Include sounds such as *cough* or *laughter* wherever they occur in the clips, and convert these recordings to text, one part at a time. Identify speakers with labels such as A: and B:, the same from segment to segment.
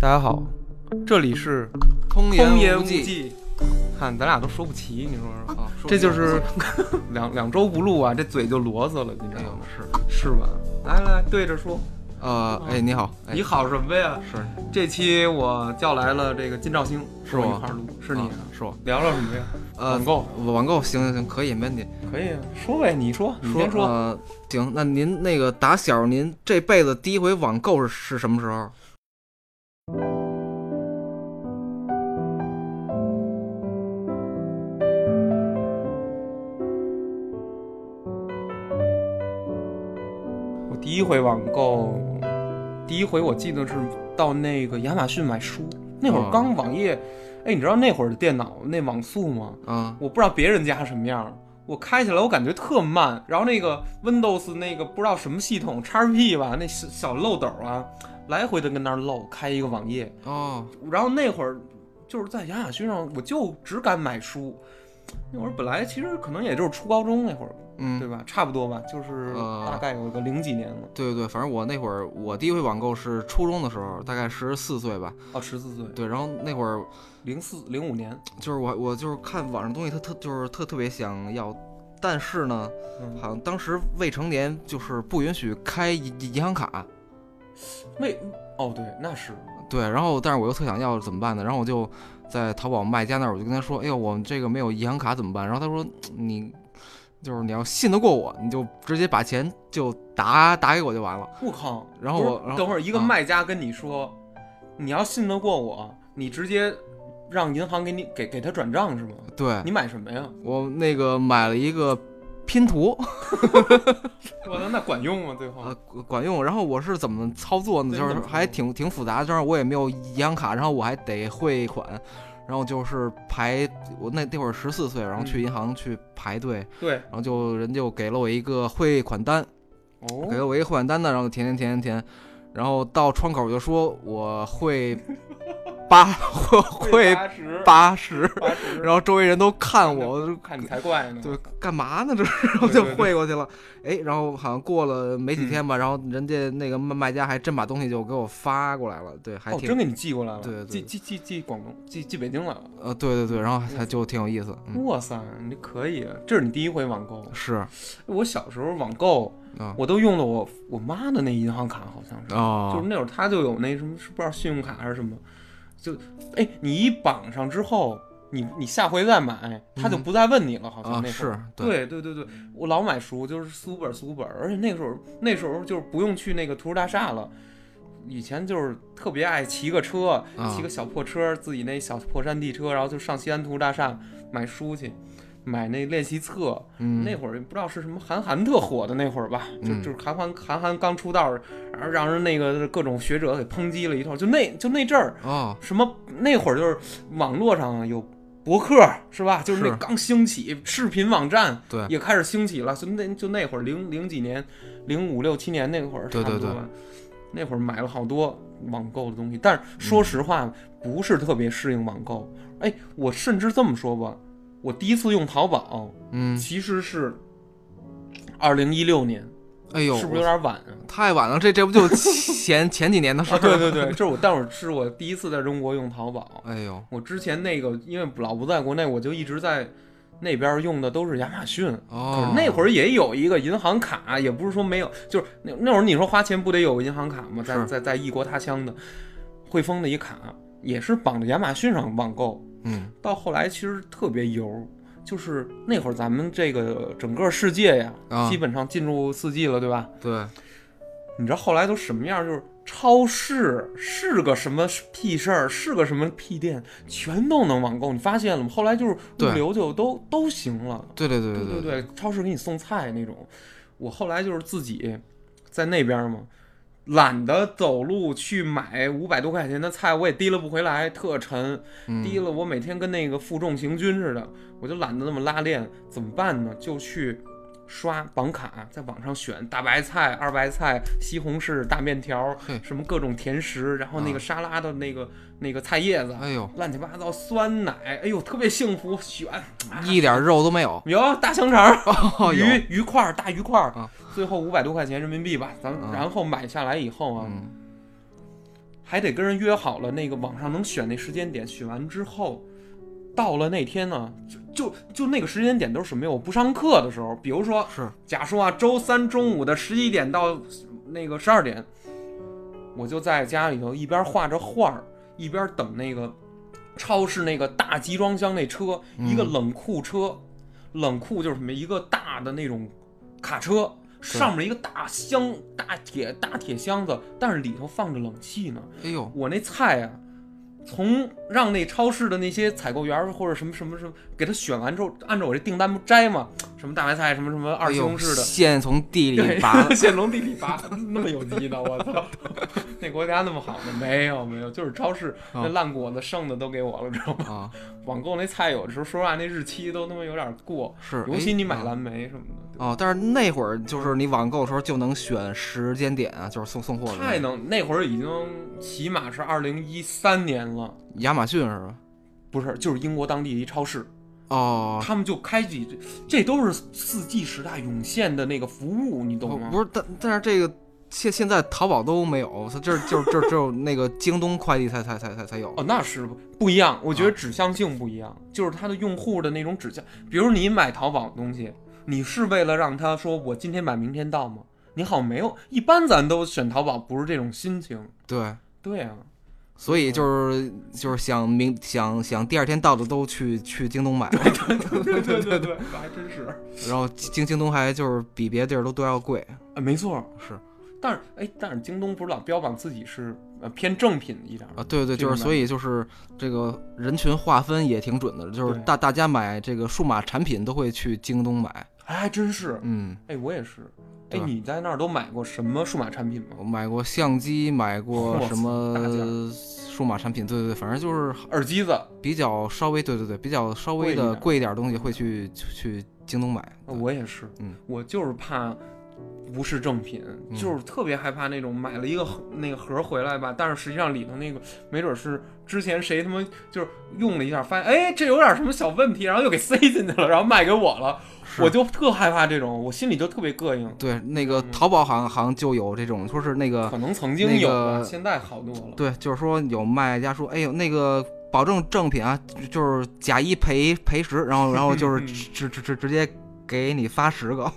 A: 大家好，
B: 嗯
A: 这里是通
C: 通
A: 言
C: 言
A: 无
C: 无
A: 忌。
C: 忌，
A: 看咱俩都说不齐，你说说啊，
C: 说不
A: 这
C: 齐
A: 就是 *laughs* 两两周不录啊，这嘴就啰嗦了，你知道吗？嗯是是吧？来来，对着说。呃，哎，你好，哎
C: 你好什么呀？
A: 是这期我叫来了这个金兆星，
B: 是
A: 跟我
B: 我
A: 一块儿录，是你啊
B: 啊是我
C: 聊聊什么呀？
B: 呃
A: 网购
B: 我网购行行行，可以没问题。
A: 可以啊，说呗，你说，你
B: 说
A: 先说。
B: 呃，行，那您那个打小您这辈子第一回网购是是什么时候？
A: 我第一回网购，第一回我记得是到那个亚马逊买书，那会儿
B: 哦
A: 刚网页，哎，你知道那会儿的电脑那网速吗？
B: 啊
A: 我不知道别人家什么样儿，我开起来我感觉特慢，然后那个 Windows 那个不知道什么系统 XP 吧，那小小漏斗啊，来回的跟那儿漏，开一个网页，
B: 哦，
A: 然后那会儿就是在亚马逊上，我就只敢买书。那会儿本来其实可能也就是初高中那会儿，
B: 嗯，
A: 对吧？差不多吧，就是
B: 呃
A: 大概有个零几年了，
B: 对对对，反正我那会儿我第一回网购是初中的时候，大概十四岁吧。
A: 哦，十四岁，
B: 对，然后那会儿
A: 零四零五年，
B: 就是我我就是看网上东西特特就是特特别想要，但是呢，
A: 嗯，
B: 好像当时未成年就是不允许开银银银行卡。
A: 为哦对，那是
B: 对，然后但是我又特想要怎么办呢？然后我就在淘宝卖家那儿，我就跟他说：“哎呦，我们这个没有银行卡怎么办？”然后他说：“你就是你要信得过我，你就直接把钱就打打给我就完了。
A: 我靠！
B: 然后
A: 不是
B: 我然后
A: 等会儿一个
B: 啊
A: 卖家跟你说，你要信得过我，你直接让银行给你给给他转账是吗？”
B: 对，
A: 你买什么呀？
B: 我那个买了一个拼图，
A: 我操，那管用吗？最后
B: 呃，管用。然后我是怎么操作呢？
A: 对
B: 就是
A: 你怎么操
B: 还
A: 作
B: 挺挺复杂，就是我也没有银行卡，然后我还得汇款。然后就是排，我那那会儿十四岁，然后去银行去排队，
A: 对
B: 然后就人就给了我一个汇款单，给
A: 哦，
B: 了我一个汇款单子，然后填填填填填，然后到窗口就说我会八， *laughs* 我会
A: 八十
B: 八十，
A: 八十，
B: 然后周围人都看我，就
A: 看你才怪呢。
B: 对干嘛呢？这是然后
A: 对
B: 就
A: 对对嗯
B: 汇过去了。哎，然后好像过了没几天吧，然后人家那个卖卖家还真把东西就给我发过来了，对，还
A: 哦，
B: 挺、
A: 真给你寄过来了，
B: 对对
A: 寄寄寄寄广东，寄寄北京来了。
B: 呃，对对对，然后还还就挺有意思，嗯，
A: 哇塞，你可以啊，这是你第一回网购。
B: 是啊、
A: 我小时候网购，
B: 嗯
A: 我都用了我我妈的那银行卡，好像是。就是
B: 哦，
A: 那会儿他就有那什么，是不知道信用卡还是什么，就哎，你一绑上之后，你你下回再买，他就不再问你了，好像
B: 嗯啊
A: 那会儿。
B: 是，
A: 对对对对，我老买书，就是四五本四五本，而且那时候那时候就是不用去那个图书大厦了，以前就是特别爱骑个车，
B: 啊
A: 骑个小破车，自己那小破山地车，然后就上西安图书大厦买书去，买那练习册，
B: 嗯，
A: 那会儿也不知道是什么韩寒特火的那会儿吧，就
B: 嗯
A: 就是韩寒韩寒刚出道，然后让人那个各种学者给抨击了一通，就那就那阵儿
B: 哦，
A: 什么那会儿就是网络上有博客是吧？就是那
B: 是
A: 刚兴起，视频网站
B: 对
A: 也开始兴起了，就那就那会儿零零几年，零五六七年那会儿差
B: 对
A: 不多
B: 对对
A: 吧，那会儿买了好多网购的东西，但是
B: 嗯
A: 说实话、不是特别适应网购。哎，我甚至这么说吧，我第一次用淘宝。
B: 嗯，
A: 其实是二零一六年，
B: 哎呦，
A: 是不是有点晚啊？
B: 太晚了，这这不就前前几年的事
A: 啊
B: 儿？
A: 对对对，这是我，但是是我第一次在中国用淘宝。
B: 哎呦，
A: 我之前那个，因为老不在国内，我就一直在那边用的都是亚马逊。可
B: 哦
A: 是，那会儿也有一个银行卡，也不是说没有，就是那那会儿你说花钱不得有个银行卡吗？在
B: 是
A: 在在异国他乡的，汇丰的一卡也是绑着亚马逊上网购，
B: 嗯，
A: 到后来其实特别油，就是那会儿咱们这个整个世界呀，
B: 啊
A: 基本上进入四 G 了，对吧？
B: 对，
A: 你知道后来都什么样？就是超市是个什么屁事儿，是个什么屁店，全都能网购，你发现了吗？后来就是物
B: 对
A: 流就都都行了，
B: 对对对
A: 对
B: 对，
A: 对，超市给你送菜那种。我后来就是自己在那边嘛，懒得走路去买五百多块钱的菜，我也提了不回来，特沉，
B: 嗯
A: 提了我每天跟那个负重行军似的，我就懒得那么拉练，怎么办呢？就去刷绑卡，在网上选大白菜、二白菜、西红柿、大面条
B: 嘿，
A: 什么各种甜食，然后那个
B: 啊
A: 沙拉的那个、那个菜叶子，
B: 哎呦，
A: 乱七八糟酸奶，哎呦，特别幸福，选。啊
B: 一点肉都没
A: *laughs*
B: 有，
A: 有大香肠儿、
B: 哦有，
A: 鱼鱼块儿、大鱼块儿，
B: 啊
A: 最后五百多块钱人民币吧，咱、
B: 啊
A: 然后买下来以后啊，
B: 嗯，
A: 还得跟人约好了那个网上能选那时间点，选完之后，到了那天呢，就就就那个时间点都是什么呀？我不上课的时候，比如说
B: *laughs* 是
A: 假说啊，周三中午的十一点到那个十二点，我就在家里头一边画着画儿，一边等那个超市那个大集装箱那车，一个
B: 嗯
A: 冷库车，冷库就是什么一个大的那种卡车，
B: 对
A: 上面一个大箱、大铁、大铁箱子，但是里头放着冷气呢。
B: 哎呦，
A: 我那菜啊，从让那超市的那些采购员儿或者什么什么什么给他选完之后，按照我这订单不摘嘛，什么大白菜，什么什么二西红柿的，
B: 线从哎地里
A: 对，
B: 拔
A: *laughs*
B: 了
A: 现龙地里拔，那么有机呢？我操， *laughs* 那国家那么好呢？没有没有，就是超市
B: 哦
A: 那烂果子剩的都给我了，知道吗？
B: 啊，
A: 网购那菜有的时候说实话那日期都他妈有点过，
B: 是，
A: 尤
B: 哎
A: 其你买
B: 啊
A: 蓝莓什么的。
B: 哦，但是那会儿就是你网购的时候就能选时间点啊，就是送送货的那个。
A: 太能，那会儿已经起码是二零一三年了，
B: 亚马逊是吧？
A: 不是，就是英国当地一超市，
B: 哦，
A: 他们就开启这，这都是四 G 时代涌现的那个服务，你懂吗？
B: 不是，但但是这个现现在淘宝都没有，它这就就只有那个京东快递才才才才才有。
A: 哦，那是不不一样，我觉得指向性不一样，就是它的用户的那种指向。比如你买淘宝的东西，你是为了让他说我今天买明天到吗？你好像没有，一般咱都选淘宝不是这种心情。
B: 对，
A: 对啊，
B: 所以就是就是想明想想第二天到的都去去京东买，
A: *laughs* 对对对对对，还真是。
B: 然后京京东还就是比别地儿都都要贵。
A: 啊，没错，
B: 是。
A: 但是，哎，但是京东不是老标榜自己是呃偏正品一点儿吗
B: 啊，对对，
A: 这
B: 就
A: 个
B: 是
A: 买
B: 所以就是这个人群划分也挺准的，就是
A: 对
B: 大大家买这个数码产品都会去京东买。
A: 哎，还真是。
B: 嗯，
A: 哎，我也是。哎
B: 对，吧
A: 你在那儿都买过什么数码产品吗？
B: 我买过相机，买过
A: 哇
B: 什
A: 塞大件
B: 么
A: 儿
B: 数码产品，对对对，反正就是
A: 耳机子，
B: 比较稍微，对对对，比较稍微
A: 贵一点
B: 的贵一点的东西会去去去京东买。对
A: 我也是，
B: 嗯
A: 我就是怕不是正品，
B: 嗯
A: 就是特别害怕那种买了一个盒那个盒回来吧，但是实际上里头那个没准是之前谁他妈就是用了一下，发现哎这有点什么小问题，然后又给塞进去了，然后卖给我了，
B: 是
A: 我就特害怕这种，我心里就特别膈应。
B: 对那个
A: 嗯
B: 淘宝好像好像就有这种，说是那个
A: 可能曾经
B: 啊那
A: 有吧，
B: 个
A: 现在好多了。
B: 对，就是说有卖家说，哎呦那个保证正品啊，就就是假一赔赔十，然后然后
A: *laughs*
B: 就是直直直直接给你发十个。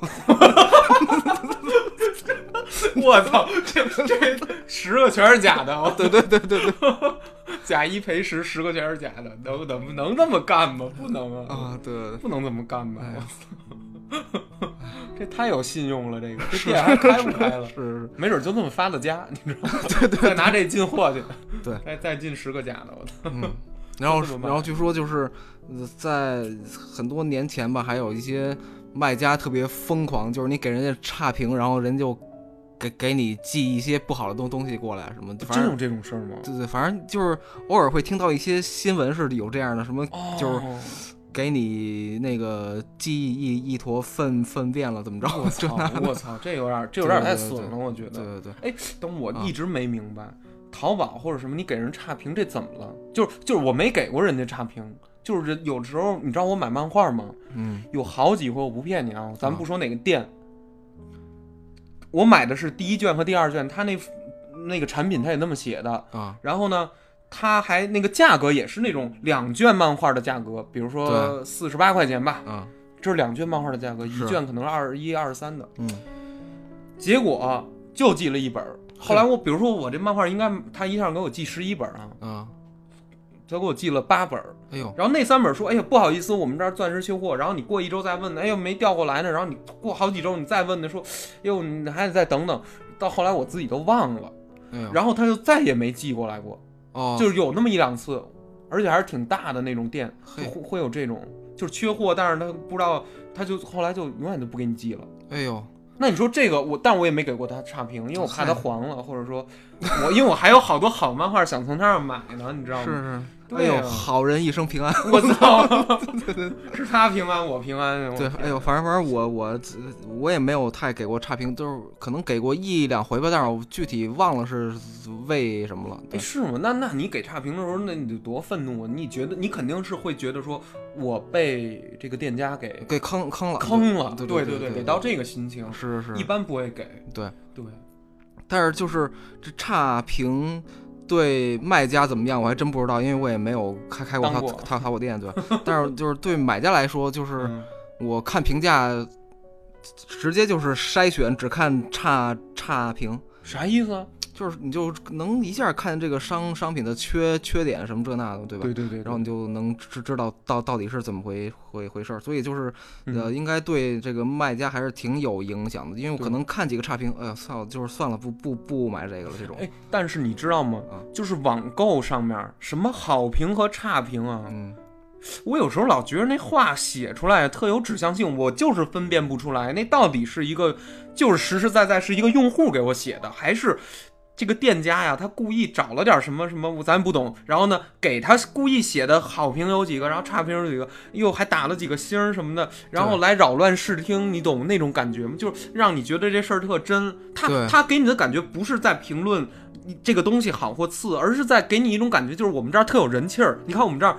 A: 我操，这这十个全是假的，我
B: *laughs* 对对对对对
A: *laughs* 假一赔十，十个全是假的，能能能这么干吗？不能啊！
B: 啊，对对对
A: 不能这么干吧？
B: 哎呀
A: 我操 *laughs* 这太有信用了，
B: *laughs*
A: 这个这店还开不开了？
B: *laughs* 是
A: 没准就这么发的家，你知道吗？对对，再拿这进货去，
B: 对，
A: 再再进十个假的，我操！
B: 嗯，然后
A: 就这么卖
B: 然后据说就是呃在很多年前吧，还有一些卖家特别疯狂，就是你给人家差评，然后人就给给你寄一些不好的东东西过来，什么反
A: 真有
B: 正。
A: 这种事儿吗？
B: 对对，反正就是偶尔会听到一些新闻是有这样的，什么
A: 哦，
B: 就是 *laughs* 给你那个寄一一坨粪粪便了，怎么着？ *laughs*
A: 我
B: 就
A: 操
B: 那，
A: 我操，这有点儿，这有点儿
B: 对
A: 太
B: 对
A: 损了，我觉
B: 对
A: 得。
B: 对对，
A: 哎，等我
B: 啊
A: 一直没明白，淘宝或者什么，你给人差评这怎么了？就是就是我没给过人家差评，就是人有时候你知道我买漫画吗？
B: 嗯
A: 有好几回，我不骗你啊，咱不说哪个店，我买的是第一卷和第二卷，它那那个产品它也那么写的。
B: 啊，
A: 然后呢，它还那个价格也是那种两卷漫画的价格，比如说四十八块钱吧，
B: 嗯
A: 这是两卷漫画的价格，
B: 是
A: 一卷可能是二十一、二十三的。
B: 嗯，
A: 结果就寄了一本儿。后来我比如说我这漫画应该他一下给我寄十一本儿啊，
B: 啊，
A: 他给我寄了八本儿。
B: 哎呦，
A: 然后那三本说：“哎呀，不好意思，我们这儿暂时缺货。”然后你过一周再问，哎呦没调过来呢。然后你过好几周你再问他说：“哎呦，你还得再等等。”到后来我自己都忘了，
B: 哎呦，
A: 然后他就再也没寄过来过，
B: 哦，
A: 就是有那么一两次，而且还是挺大的那种店，
B: 嘿
A: 会会有这种就是缺货，但是他不知道，他就后来就永远都不给你
B: *laughs*
A: 寄了。
B: 哎呦，
A: 那你说这个我，但我也没给过他差评，因为我怕
B: 嗨
A: 他黄了，或者说我 *laughs* 因为我还有好多好漫画想从他那儿买呢，你知道吗？
B: 是是，哎
A: 对啊呀
B: 呦，好人一生平安。 *laughs*
A: 我操！是他平安，我平安。我
B: 对，哎呦，反正反正我我我也没有太给过差评，就是可能给过一两回吧，但是我具体忘了是为什么了。
A: 哎，
B: 对，
A: 是吗？那那你给差评的时候，那你得多愤怒啊！你觉得你肯定是会觉得说，我被这个店家给
B: 给坑坑了，
A: 哎坑了，
B: 对
A: 对
B: 对
A: 对，得到这个心情，
B: 是是
A: 一，般不会给。
B: 对
A: 对，
B: 但是就是这差评。对卖家怎么样，我还真不知道，因为我也没有开开过
A: 当
B: 淘
A: 过
B: 淘淘宝店，对。
A: *laughs*
B: 但是就是对买家来说，就是
A: 嗯
B: 我看评价，直接就是筛选，只看差差评，
A: 啥意思啊？
B: 就是你就能一下看这个商商品的缺缺点什么这那的，对吧？
A: 对对，
B: 然后你就能知知道到到底是怎么回回回事儿，所以就是呃，
A: 嗯
B: 应该对这个卖家还是挺有影响的，因为我
A: 对
B: 可能看几个差评，哎呀操，就是算了，不不不买这个了，这种，
A: 哎，但是你知道吗
B: 啊？
A: 就是网购上面什么好评和差评啊，
B: 嗯，
A: 我有时候老觉得那话写出来特有指向性，我就是分辨不出来，那到底是一个就是实实在在是一个用户给我写的，还是这个店家呀，他故意找了点什么什么，咱不懂，然后呢，给他故意写的好评有几个，然后差评有几个，又还打了几个星儿什么的，然后来扰乱视听，你懂那种感觉吗？就是让你觉得这事儿特真，他
B: 对
A: 他给你的感觉不是在评论这个东西好或次，而是在给你一种感觉，就是我们这儿特有人气儿，你看我们这儿。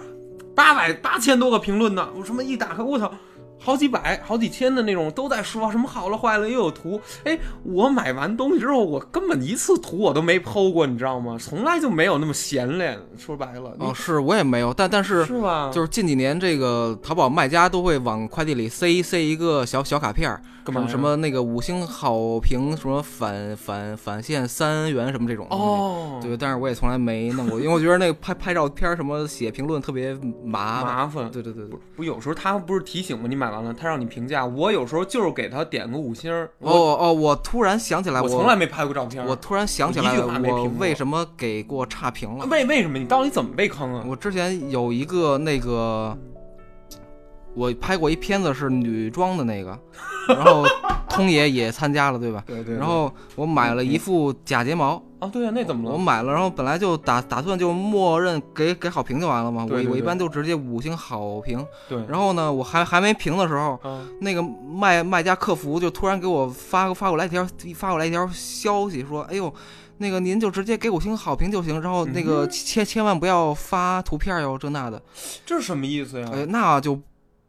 A: 八百八千多个评论呢，我什么一打开，我操，好几百、好几千的那种都在说什么好了坏了，又有图。哎，我买完东西之后，我根本一次图我都没剖过，你知道吗？从来就没有那么闲练。说白了，你
B: 哦，是我也没有，但但是
A: 是啊吧？
B: 就是是近几年这个淘宝卖家都会往快递里塞塞一个小小卡片儿，什
A: 干嘛
B: 么什么那个五星好评，什么返返返现三元什么这种东西。
A: 哦，
B: 对，但是我也从来没弄过，因为我觉得那个拍拍照片儿什么写评论特别麻烦。
A: 麻烦。
B: 对对对对。
A: 不，有时候他不是提醒吗？你买完了，他让你评价。我有时候就是给他点个五星儿。我、
B: 哦哦，我突然想起来，
A: 我
B: 我
A: 从来没拍过照片儿。
B: 我突然想起
A: 我
B: 来
A: 一句话没
B: 我
A: 评过
B: 为什么给过差评了。
A: 为为什么你到底怎么被坑啊？
B: 我之前有一个那个，我拍过一片子是女装的那个，然后通爷也参加了，对吧？
A: 对对
B: 然后我买了一副假睫毛，
A: 啊，对啊，那怎么
B: 我
A: 了？
B: 买了，然后本来就打打算就默认给给好评就完了嘛，我
A: 对对
B: 我一
A: 对嗯
B: 般就直接五星好评。
A: 对，
B: 然后呢，我还还没评的时候，
A: 啊，
B: 那个卖卖家客服就突然给我发发过来一条发过来一条消息说，哎呦，那个您就直接给五星好评就行，然后
A: 嗯
B: 那个千千万不要发图片哟，这那的，
A: 这是什么意思呀？
B: 哎，那就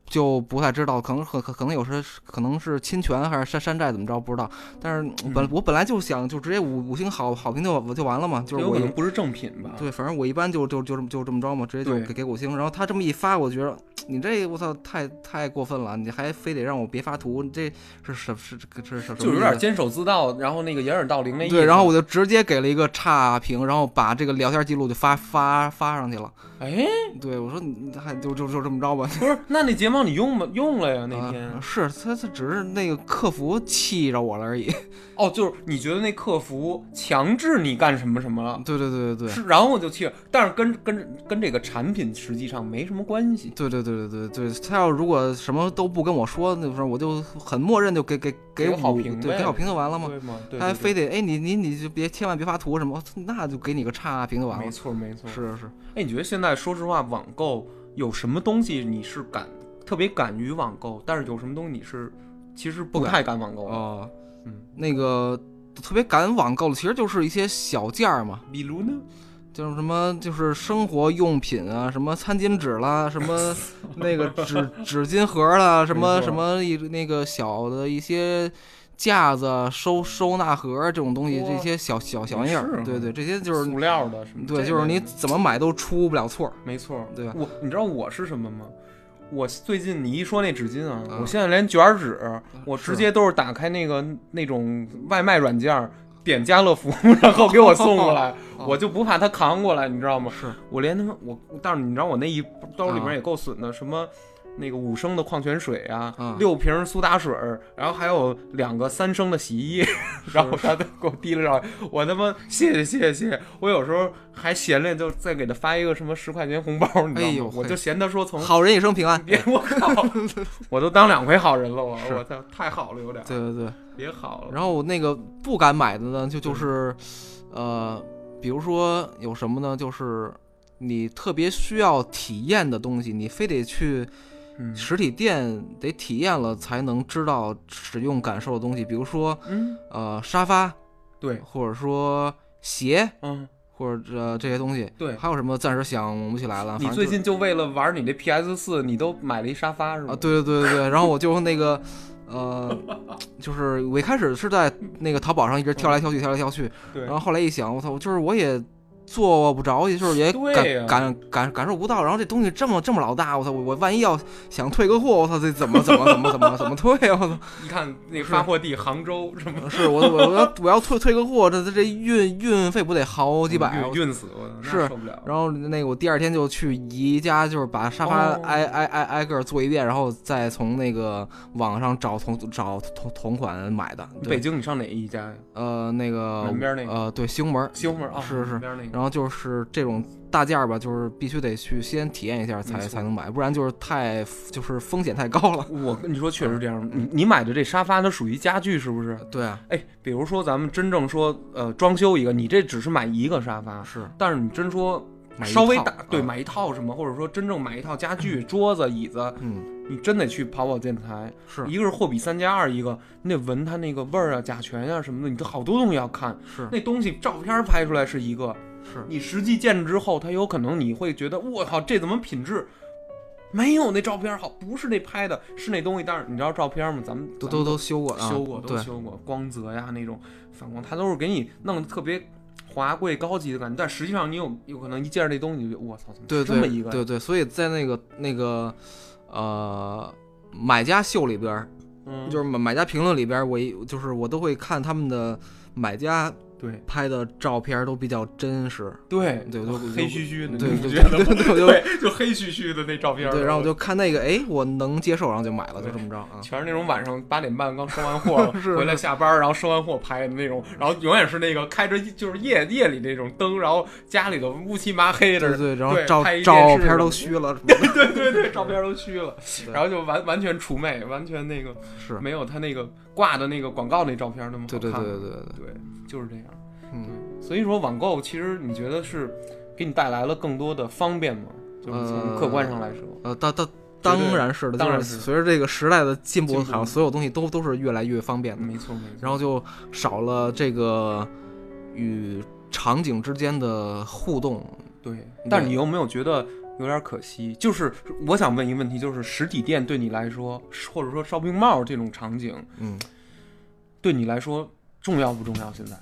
B: 就不太知道，可能可可可能有时可能是侵权还是山山寨怎么着不知道，但是
A: 嗯
B: 本、我本来就想就直接五五星好好评就就完了嘛，就是
A: 有
B: 我
A: 可
B: 一
A: 能不是正品吧？
B: 对，反正我一般就就就这么就这么着嘛，直接就
A: 对
B: 给给五星。然后他这么一发，我觉得你这我操太太过分了，你还非得让我别发图，你这是什是这个是什么？
A: 就是有点坚守自盗，然后那个掩耳盗铃那意思。
B: 对，然后我就直接给了一个差评，然后把这个聊天记录就发发发上去了。
A: 哎，
B: 对，我说你还就就就这么着吧。
A: 不是，那那睫毛你用吗？用了呀，那天、
B: 啊、是他他只是那个客服气着我了而已。
A: 哦，就是你觉得那客服强制你干什么什么了，
B: *laughs* 对对对对对。
A: 啊是，然后我就去，但是跟跟跟这个产品实际上没什么关系。
B: 对对对对对对，他要如果什么都不跟我说，那时候我就很默认就给给
A: 给
B: 五
A: 个好评
B: 对，
A: 呗
B: 给好评就完了嘛。
A: 对吗？对
B: 他还
A: 对
B: 非
A: 对，
B: 得哎你你你就别千万别发图什么，那就给你个差评就完
A: 没
B: 了。
A: 错没错。
B: 是是，
A: 哎，你觉得现在说实话，网购有什么东西你是敢特别敢于网购，但是有什么东西你是其实
B: 不
A: 不
B: 敢
A: 太敢网购的？
B: 哦，
A: 嗯，
B: 那个特别敢网购的，其实就是一些小件儿嘛，
A: 比如呢？
B: 就是什么就是生活用品啊，什么餐巾纸啦，什
A: *laughs*
B: 么那个纸纸巾盒啦，什么
A: 没错
B: 什么一那个小的一些。架子啊、收收纳盒啊这种东西，
A: 哇
B: 这些小小小玩意
A: 也
B: 儿，
A: 是
B: 对对，这些就是
A: 塑料的什么啊这类
B: 对，
A: 的？
B: 就是你怎么买都出不了错儿。
A: 没错，
B: 对吧
A: 我你知道我是什么吗？我最近你一说那纸巾啊，
B: 嗯
A: 我现在连卷儿纸，我
B: 啊是
A: 直接都是打开那个那种外卖软件儿，点家乐福， *laughs* 然后给我送过来，
B: 哦
A: 我就不怕他扛过来，你知道吗？
B: 是
A: 我连他妈我，但是你知道我那一兜里面也够损的，什么。那个五升的矿泉水啊，
B: 嗯
A: 六瓶苏打水儿，然后还有两个三升的洗衣液，然后他都给我提了上来，我他妈谢谢谢谢谢谢，我有时候还闲着就再给他发一个什么十块钱红包，你知道吗？
B: 哎呦嘿
A: 我就嫌他说从
B: 好人一生平安。
A: 别
B: *laughs*
A: 我靠，我都当两回好人了，我
B: 是
A: 我操，太好了有点儿，
B: 对对对，
A: 别好了，
B: 然后我那个不敢买的呢，就就是，呃，比如说有什么呢？就是你特别需要体验的东西，你非得去
A: 嗯
B: 实体店得体验了才能知道使用感受的东西，比如说
A: 嗯，
B: 呃沙发，
A: 对，
B: 或者说鞋，
A: 嗯，
B: 或者、呃、这些东西。
A: 对
B: 还有什么暂时想不起来了。
A: 你
B: 反正
A: 最
B: 就
A: 近就为了玩你这 PS 四，你都买了一沙发是吗？
B: 啊，对对对对，然后我就那个，
A: *laughs*
B: 呃，就是我一开始是在那个淘宝上一直挑来挑去，挑来挑去，
A: 对
B: 然后后来一想，我操，我就是我也做不着去，就是也
A: 对
B: 感、
A: 呀
B: 感感感受不到。然后这东西这么这么老大，我操！我我万一要想退个货，我操，这怎么怎么怎么怎么怎么退啊？我操！
A: 一看那个发货地杭州什么，
B: 是我我我要我要退退个货，这这这运运费不得好几百啊？
A: 嗯运运死我，那
B: 是
A: 受不了。
B: 然后那个我第二天就去姨家，就是把沙发
A: 哦
B: 挨挨挨挨个儿做一遍，然后再从那个网上找同找同同款买的。
A: 北
B: 对，
A: 京你上哪一家呀？
B: 呃，那个
A: 南边那个
B: 呃，对，西红门儿。
A: 西红门啊，
B: 是是
A: 那边那个
B: 然后就是这种大件儿吧，就是必须得去先体验一下才
A: 没错
B: 才能买，不然就是太就是风险太高了。 *laughs*
A: 我跟你说，确实这样。
B: 嗯
A: 你你买的这沙发，它属于家具是不是？
B: 对啊，
A: 哎，比如说咱们真正说，呃，装修一个，你这只是买一个沙发，
B: 是
A: 但是你真说
B: 买一
A: 稍微
B: 套
A: 大，对，
B: 嗯
A: 买一套什么，或者说真正买一套家具、桌子、椅子，
B: 嗯
A: 你真得去跑跑电台，
B: 是
A: 一个是货比三家二，一个你得闻它那个味儿啊、甲醛啊什么的，你这好多东西要看。
B: 是
A: 那东西照片拍出来是一个，
B: 是
A: 你实际见之后，它有可能你会觉得，我靠，这怎么品质没有那照片好？不是那拍的，是那东西。但是你知道照片吗？咱们
B: 都
A: 咱们
B: 都都修过啊，
A: 修过，都
B: 对，
A: 修过，光泽呀那种反光，它都是给你弄得特别华贵高级的感觉。但实际上你有有可能一见着这东西，你就我操，怎么
B: 对
A: 是这么
B: 对
A: 一个呀？
B: 对对，所以在那个那个呃买家秀里边儿，
A: 嗯，
B: 就是买买家评论里边儿，我一就是我都会看他们的买家
A: 对
B: 拍的照片儿都比较真实，
A: 对
B: 对都
A: 黑黢黢的，
B: 对
A: 你不
B: 对
A: 觉得
B: 对
A: 吗？
B: 对对
A: 对， *laughs* 就黑黢黢的那照片儿。
B: 对，然后我就看那个，哎，我能接受，然后就买了，就这么着啊。
A: 全是那种晚上八点半刚收完货
B: *laughs* 是
A: 回来下班，然后收完货拍的那种，然后永远是那个开着就是夜夜里那种灯，然后家里头乌漆麻黑
B: 对
A: 的，
B: 对，然后
A: 对
B: 照
A: 拍一电
B: 照
A: 视
B: 片儿都
A: 什
B: 虚了，什么的
A: 对对对， *laughs* 照片都虚了，
B: 对
A: 然后就完完全除魅，完全那个
B: 是，
A: 没有他那个挂的那个广告那照片那么好
B: 对
A: 看。
B: 对对对对对，
A: 对就是这样。
B: 嗯，
A: 所以说网购其实你觉得是给你带来了更多的方便吗？就是从
B: 呃
A: 客观上来说，
B: 呃，当当当
A: 对
B: 然是的，
A: 当
B: 就
A: 然
B: 是
A: 是
B: 随着这个时代的进步，
A: 进
B: 好像
A: 步嗯
B: 所有东西都都是越来越方便的，
A: 没错没错。
B: 然后就少了这个与场景之间的互动。
A: 对，但是
B: 对
A: 你有没有觉得有点可惜？就是我想问一个问题，就是实体店对你来说，或者说 shopping mall 这种场景
B: 嗯，
A: 对你来说重要不重要？现在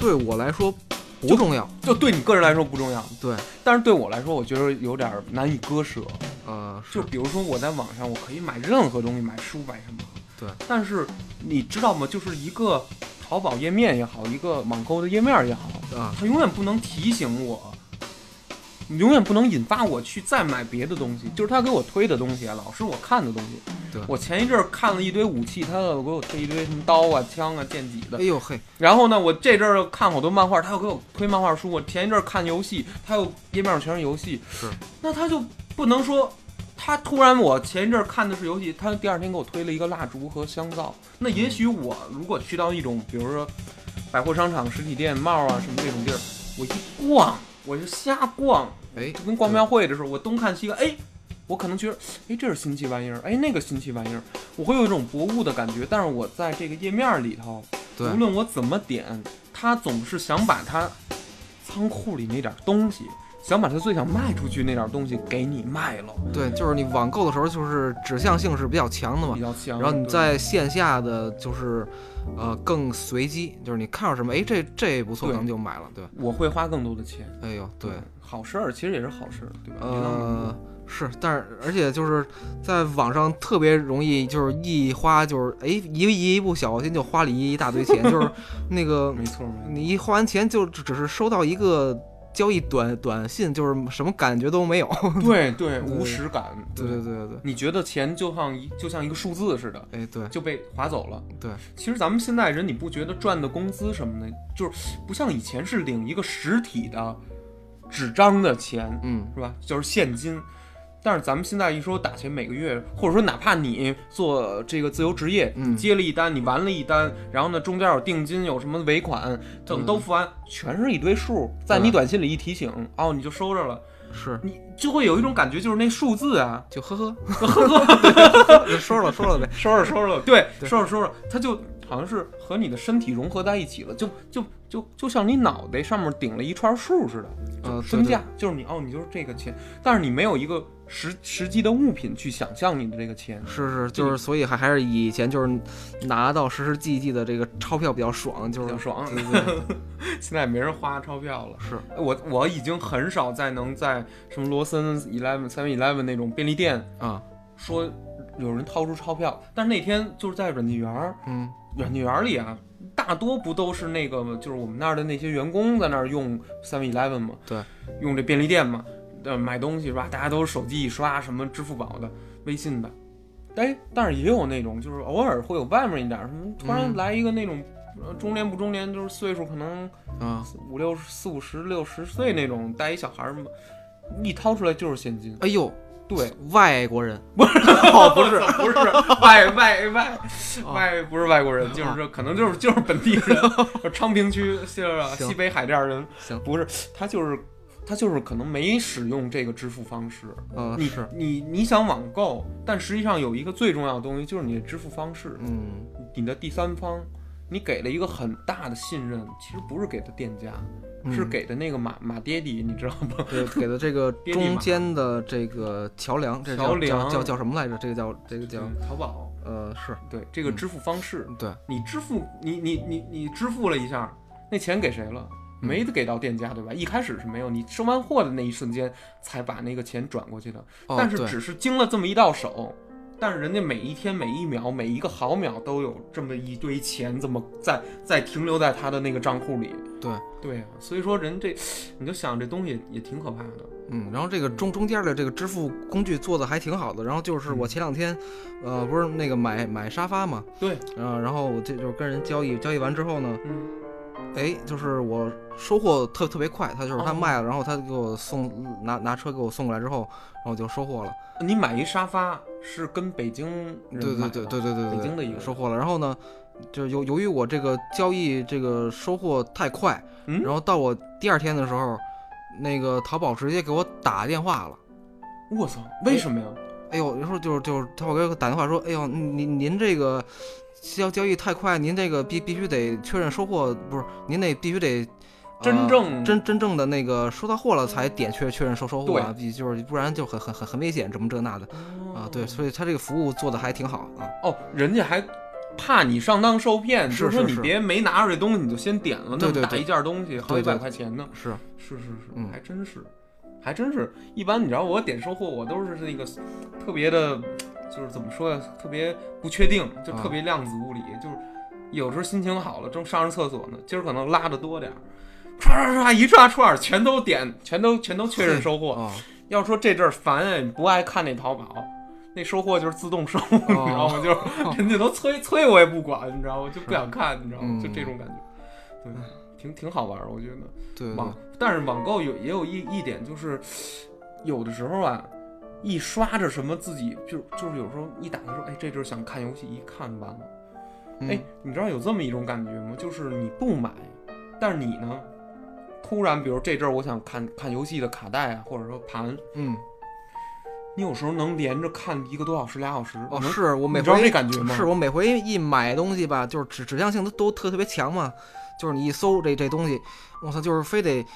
B: 对我来说不
A: 就
B: 重要。
A: 就对你个人来说不重要，
B: 对，
A: 但是对我来说，我觉得有点难以割舍。
B: 呃，
A: 就是比如说我在网上，我可以买任何东西，买书，买什么。
B: 对。
A: 但是你知道吗？就是一个淘宝页面也好，一个网购的页面也好，
B: 啊，
A: 它永远不能提醒我，永远不能引发我去再买别的东西。就是它给我推的东西啊，老是我看的东西。
B: 对
A: 我前一阵儿看了一堆武器，它又给我推一堆什么刀啊、枪啊、剑戟的
B: 哎。呦嘿，
A: 然后呢，我这阵儿看好多漫画，他又给我推漫画书；我前一阵儿看游戏，他又页面上全是游戏。
B: 是，
A: 那他就不能说，他突然我前一阵儿看的是游戏，他第二天给我推了一个蜡烛和香皂。那也许我如果去到一种，比如说百货商场、实体店、帽啊什么这种地儿，我一逛，我就瞎逛，
B: 哎，
A: 就跟逛庙会的时候，我东看西看，哎，我可能觉得，哎，这是新奇玩意儿，哎，那个新奇玩意儿，我会有一种博物的感觉。但是我在这个页面里头。
B: 对
A: 无论我怎么点，他总是想把他仓库里那点东西，想把他最想卖出去那点东西给你卖了，
B: 对，就是你网购的时候就是指向性是比较强的嘛
A: 比，较强。
B: 然后你
A: 对
B: 在线下的就是呃更随机，就是你看到什么，哎，这这不错，
A: 对
B: 咱们就买了，对，
A: 我会花更多的钱，
B: 哎呦，对，
A: 好事儿其实也是好事儿，对吧？别当网
B: 呃，是，但是而且就是在网上特别容易，就是一花就是哎一一一不小心就花了一大堆钱，
A: *laughs*
B: 就是那
A: 购
B: 个
A: 没错没错。
B: 你一花完钱就只只是收到一个交易短短信，就是什么感觉都没有。 *laughs*
A: 对
B: 对
A: 对，无实感。
B: 对对对对，
A: 你觉得钱就像一就像一个数字似的。
B: 对哎对
A: 就被划走了。
B: 对，
A: 其实咱们现在人，你不觉得赚的工资什么的，就是不像以前是领一个实体的纸张的钱，
B: 嗯
A: 是吧？就是现金。但是咱们现在一说打钱，每个月或者说哪怕你做这个自由职业，
B: 嗯
A: 接了一单，你完了一单，然后呢中间有定金，有什么尾款等都付完，全是一堆数，在你
B: 对
A: 短信里一提醒，哦，你就收着了，
B: 是
A: 你就会有一种感觉，就是那数字啊， *laughs*
B: 就呵呵呵呵，说了说了呗，
A: 收着收着，对，
B: 对
A: 收着收着，它就好像是和你的身体融合在一起了，就就就就像你脑袋上面顶了一串数似的，
B: 呃，对
A: 身价就是你哦，你就是这个钱，但是你没有一个实实际的物品去想象你的这个钱
B: 对。是是，就是所以还还是以前就是拿到实实际际的这个钞票比较爽，就
A: 比较
B: 是
A: 爽，
B: 对对对
A: *laughs* 现在也没人花钞票了。
B: 是
A: 我我已经很少再能在什么罗森 Eleven、Seven Eleven 那种便利店
B: 啊，
A: 说有人掏出钞票，但是那天就是在软件园儿，
B: 嗯
A: 软件园儿里啊，大多不都是那个就是我们那儿的那些员工在那儿用 Seven Eleven 嘛，
B: 对，
A: 用这便利店嘛，呃，买东西是吧？大家都是手机一刷，什么支付宝的、微信的，哎，但是也有那种就是偶尔会有外面一点儿什么，突然
B: 嗯
A: 来一个那种。呃中年不中年，就是岁数可能
B: 啊，
A: 五六十、四五十、六十岁那种，带一小孩儿嘛，一掏出来就是现金。
B: 哎呦，
A: 对，
B: 外国人不是 *laughs* 哦，不是
A: 不是 *laughs* 外外外
B: 哦
A: 外不是外国人，就是说可能就是就是
B: *laughs*
A: 本地人，就是昌平区就是
B: 行
A: 西北海淀人，
B: 行
A: 不是他就是他就是可能没使用这个支付方式。
B: 呃
A: 你
B: 是
A: 你你想网购，但实际上有一个最重要的东西就是你的支付方式，
B: 嗯
A: 你的第三方，你给了一个很大的信任，其实不是给的店家，是
B: 嗯
A: 给的那个马马爹地，你知道吗？
B: 给给的这个
A: *laughs* 爹地嘛
B: 中间的这个桥梁，这
A: 桥
B: 叫
A: 梁
B: 叫叫叫什么来着？这个叫这个叫
A: 嗯淘宝，
B: 呃是
A: 对这个
B: 嗯
A: 支付方式。
B: 对
A: 你支付你你你你支付了一下，那钱给谁了？
B: 嗯
A: 没给到店家，对吧？一开始是没有，你收完货的那一瞬间才把那个钱转过去的，
B: 哦
A: 但是
B: 对
A: 只是经了这么一道手，但是人家每一天每一秒每一个毫秒都有这么一堆钱，这么在在停留在他的那个账户里。
B: 对
A: 对啊，所以说人这，你就想这东西也挺可怕的。
B: 嗯，然后这个中中间的这个支付工具做的还挺好的。然后就是
A: 嗯
B: 我前两天，呃，不是那个买买沙发嘛，
A: 对，
B: 然后然后我这就是跟人交易，交易完之后呢，
A: 嗯，
B: 哎，就是我收货特特别快，他就是他
A: 哦
B: 卖了，然后他给我送拿拿车给我送过来之后，然后我就收货了。
A: 你买一沙发是跟北京人
B: 对
A: 买
B: 对
A: 的
B: 对对对对对，
A: 北京的一个
B: 收获了。然后呢，就是由由于我这个交易这个收获太快，
A: 嗯
B: 然后到我第二天的时候，那个淘宝直接给我打电话了。
A: 我操，为什么呀？
B: 哎呦，有时候就是就是淘宝给我打电话说，哎呦，您您这个交交易太快，您这个必必须得确认收货，不是您得必须得。呃
A: 真正
B: 真真正的那个收到货了才点确确认收收货
A: 对嗯
B: 啊，必就是不然就很很很很危险，什么这那的啊，对，所以他这个服务做的还挺好啊。
A: 哦，人家还怕你上当受骗，
B: 是
A: 就是说
B: 是
A: 你
B: 是
A: 别没拿着这东西你就先点了，
B: 对
A: 那
B: 对
A: 么大
B: 对
A: 一件东西好
B: 对
A: 几百
B: 对
A: 块钱呢。
B: 是，
A: 是是是，
B: 嗯
A: 还真是，还真是。一般你知道我点收货，我都是那个特别的，就是怎么说呀，特别不确定，就
B: 啊
A: 特别量子物理，就是有时候心情好了，正上着厕所呢，今儿可能拉的多点儿。唰唰唰，一串串儿全都点，全都全都确认收货。
B: 啊，
A: 要说这阵儿烦哎，你不爱看那淘宝，那收货就是
B: *laughs*
A: 自动收，你知道
B: 哦
A: 吗？就是人家都催催我也不管，你知道吗？就不想看，你知道吗？
B: 嗯
A: 就这种感觉，对，挺挺好玩儿，我觉得
B: 对对对
A: 网，但是网购有也有一一点就是，有的时候啊。一刷着什么自己就就是有时候一打开说，哎，这阵儿想看游戏，一看完了，
B: 嗯
A: 哎，你知道有这么一种感觉吗？就是你不买，但是你呢，突然比如这阵儿我想看看游戏的卡带啊，或者说盘，
B: 嗯，
A: 你有时候能连着看一个多小时、俩小时。
B: 哦，
A: 能
B: 是我每
A: 你知道这
B: 回
A: 感觉吗？
B: 是我每回一买东西吧，就是指指向性都都特特别强嘛，就是你一搜这这东西，我操，就是非得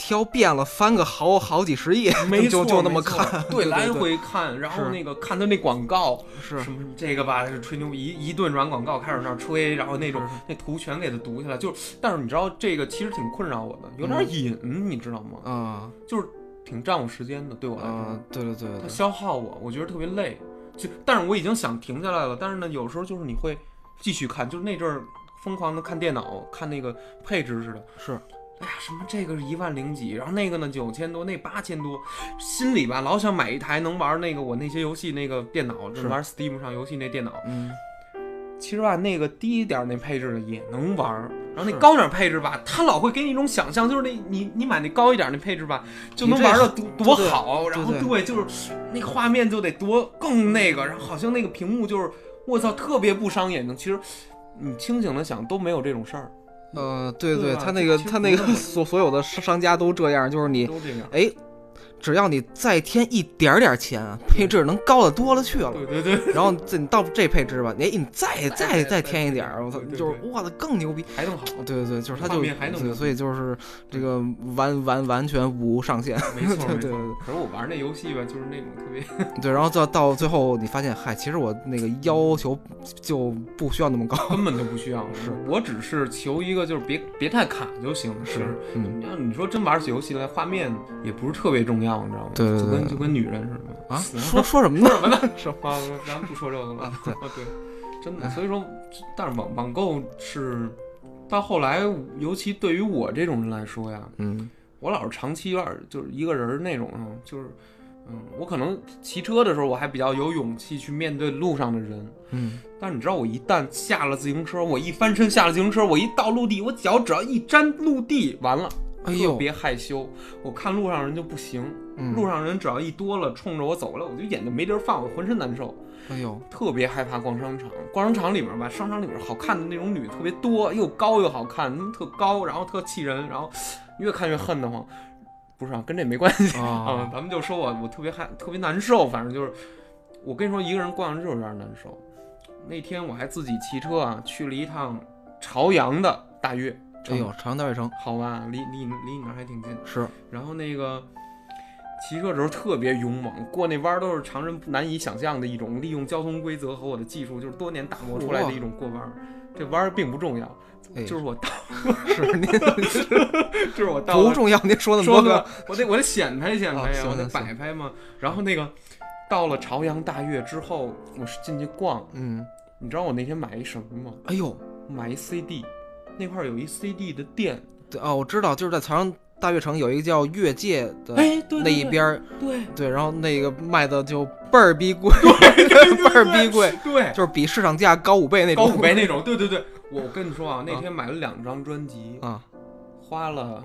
B: 挑遍了，翻个好好几十
A: *laughs*
B: 页，
A: 没
B: 就就
A: 错，
B: 那么
A: 没错
B: 看，*laughs*
A: 对，
B: 对
A: 来
B: 对
A: 回看，然后
B: 是
A: 那个看他那广告，
B: 是
A: 什么这个吧，是吹牛一一顿软广告开始那儿吹，然后那种
B: 是是
A: 那图全给他读下来，就但是你知道这个其实挺困扰我的，有点
B: 嗯
A: 瘾，你知道吗？
B: 啊
A: 就是挺占我时间的，对我来说。
B: 啊，对对对对
A: 它
B: 对，
A: 消耗我，我觉得特别累。就但是我已经想停下来了，但是呢，有时候就是你会继续看，就是那阵儿疯狂的看电脑，看那个配置似的。
B: 是，
A: 哎呀，什么这个是一万零几，然后那个呢九千多，那八千多，心里吧老想买一台能玩那个我那些游戏那个电脑，就是玩 Steam 上游戏那电脑。
B: 嗯，
A: 其实吧，那个低一点儿那配置的也能玩儿，然后那
B: 是
A: 高点儿配置吧，它老会给你一种想象，就是那你你买那高一点儿那配置吧，就
B: 你
A: 能
B: 这
A: 玩的多多
B: 对对
A: 好，然后
B: 对对
A: 对，就是那画面就得多更那个，然后好像那个屏幕就是我操，特别不伤眼睛。其实你清醒的想都没有这种事儿，
B: 呃，对
A: 对
B: 对，
A: 吧
B: 他
A: 这
B: 那个
A: 其实
B: 他
A: 不
B: 那
A: 那
B: 个
A: 么
B: 所所有的商商家都这样，就是你
A: 都这样。
B: 哎。只要你再添一点儿点儿钱啊，配置能高的多了去了。
A: 对对对，
B: 然后这你到这配置吧，哎，你再再再添一点儿，我操，
A: 对对
B: 就是我操更牛逼。
A: 还能好，
B: 对对对，就是它
A: 画
B: 就
A: 面还能
B: 对
A: 更
B: 所以就是这个完完完全无上限。
A: 没错
B: *laughs* 对
A: 没
B: 对对
A: 错。可是我玩那游戏吧，就是那种特
B: *laughs*
A: 别
B: 对，然后到到最后你发现，嗨，其实我那个要求就不需要那么高。
A: 根本就不需要，
B: 是
A: 我只是求一个就是别别太卡就行了。是，
B: 嗯，
A: 要你说真玩起游戏来，画面也不是特别重要，你知道吗？
B: 对对
A: 就
B: 对
A: 跟就跟女人似的 *laughs*
B: 啊，
A: 死了
B: 说说什么呢？
A: 是吧？咱不说这个了。
B: 啊
A: *laughs* 啊，
B: 对
A: 对，真
B: 哎
A: 的。所以说，但是网网购是到后来，尤其对于我这种人来说呀，
B: 嗯
A: 我老是长期有点儿就是一个人儿那种，嗯就是嗯，我可能骑车的时候我还比较有勇气去面对路上的人，
B: 嗯，
A: 但是你知道，我一旦下了自行车，我一翻身下了自行车，我一到陆地，我脚只要一沾陆地，完了，
B: 哎
A: 特
B: 呦，
A: 别害羞。我看路上人就不行，
B: 嗯
A: 路，上人只要一多了，冲着我走过来，我就眼睛没地儿放，我浑身难受，
B: 哎
A: *laughs*
B: 呦，
A: 特别害怕逛商场。逛商场里面吧，商场里面好看的那种女特别多，又高又好看，嗯特高，然后特气人，然后越看越恨得慌。不是啊，跟这没关系。啊
B: 啊，，
A: 咱们就说我我特别害特别难受，反正就是我跟你说，一个人逛着就是有点难受。那天我还自己骑车啊，去了一趟朝阳的大悦，
B: 哎呦，，长安大悦城
A: 好吧，离离你离你那儿还挺近。
B: 是，
A: 然后那个骑车的时候特别勇猛，过那弯儿都是常人难以想象的一种利用交通规则和我的技术，就是多年打磨出来的一种过弯儿。这弯儿并不重要，
B: 哎，
A: 就是 *laughs*
B: *laughs*
A: 我到，
B: 是您
A: 就是我到了
B: 不重要，您说那么
A: 说
B: 多
A: 呢
B: 个，，
A: 我得我得显摆显摆
B: 啊
A: 呀，
B: 行
A: 我得
B: 行
A: 摆拍嘛。然后那个到了朝阳大悦之后，我是进去逛，
B: 嗯，
A: 你知道我那天买一什么吗？
B: 哎呦，
A: 买一 CD，那块儿有一 CD 的店，
B: 对啊，我知道，就是在朝阳大悦城有一个叫越界的
A: 哎，对，对
B: 那一，边儿，
A: 对
B: 对，然后那个卖的就倍儿逼贵， *laughs* 倍儿逼贵，
A: 对，
B: 就是比市场价高五倍那
A: 高
B: 种，
A: 虎白那种，对对对，我跟你说啊，那天买了两张专辑，
B: 啊，
A: 花了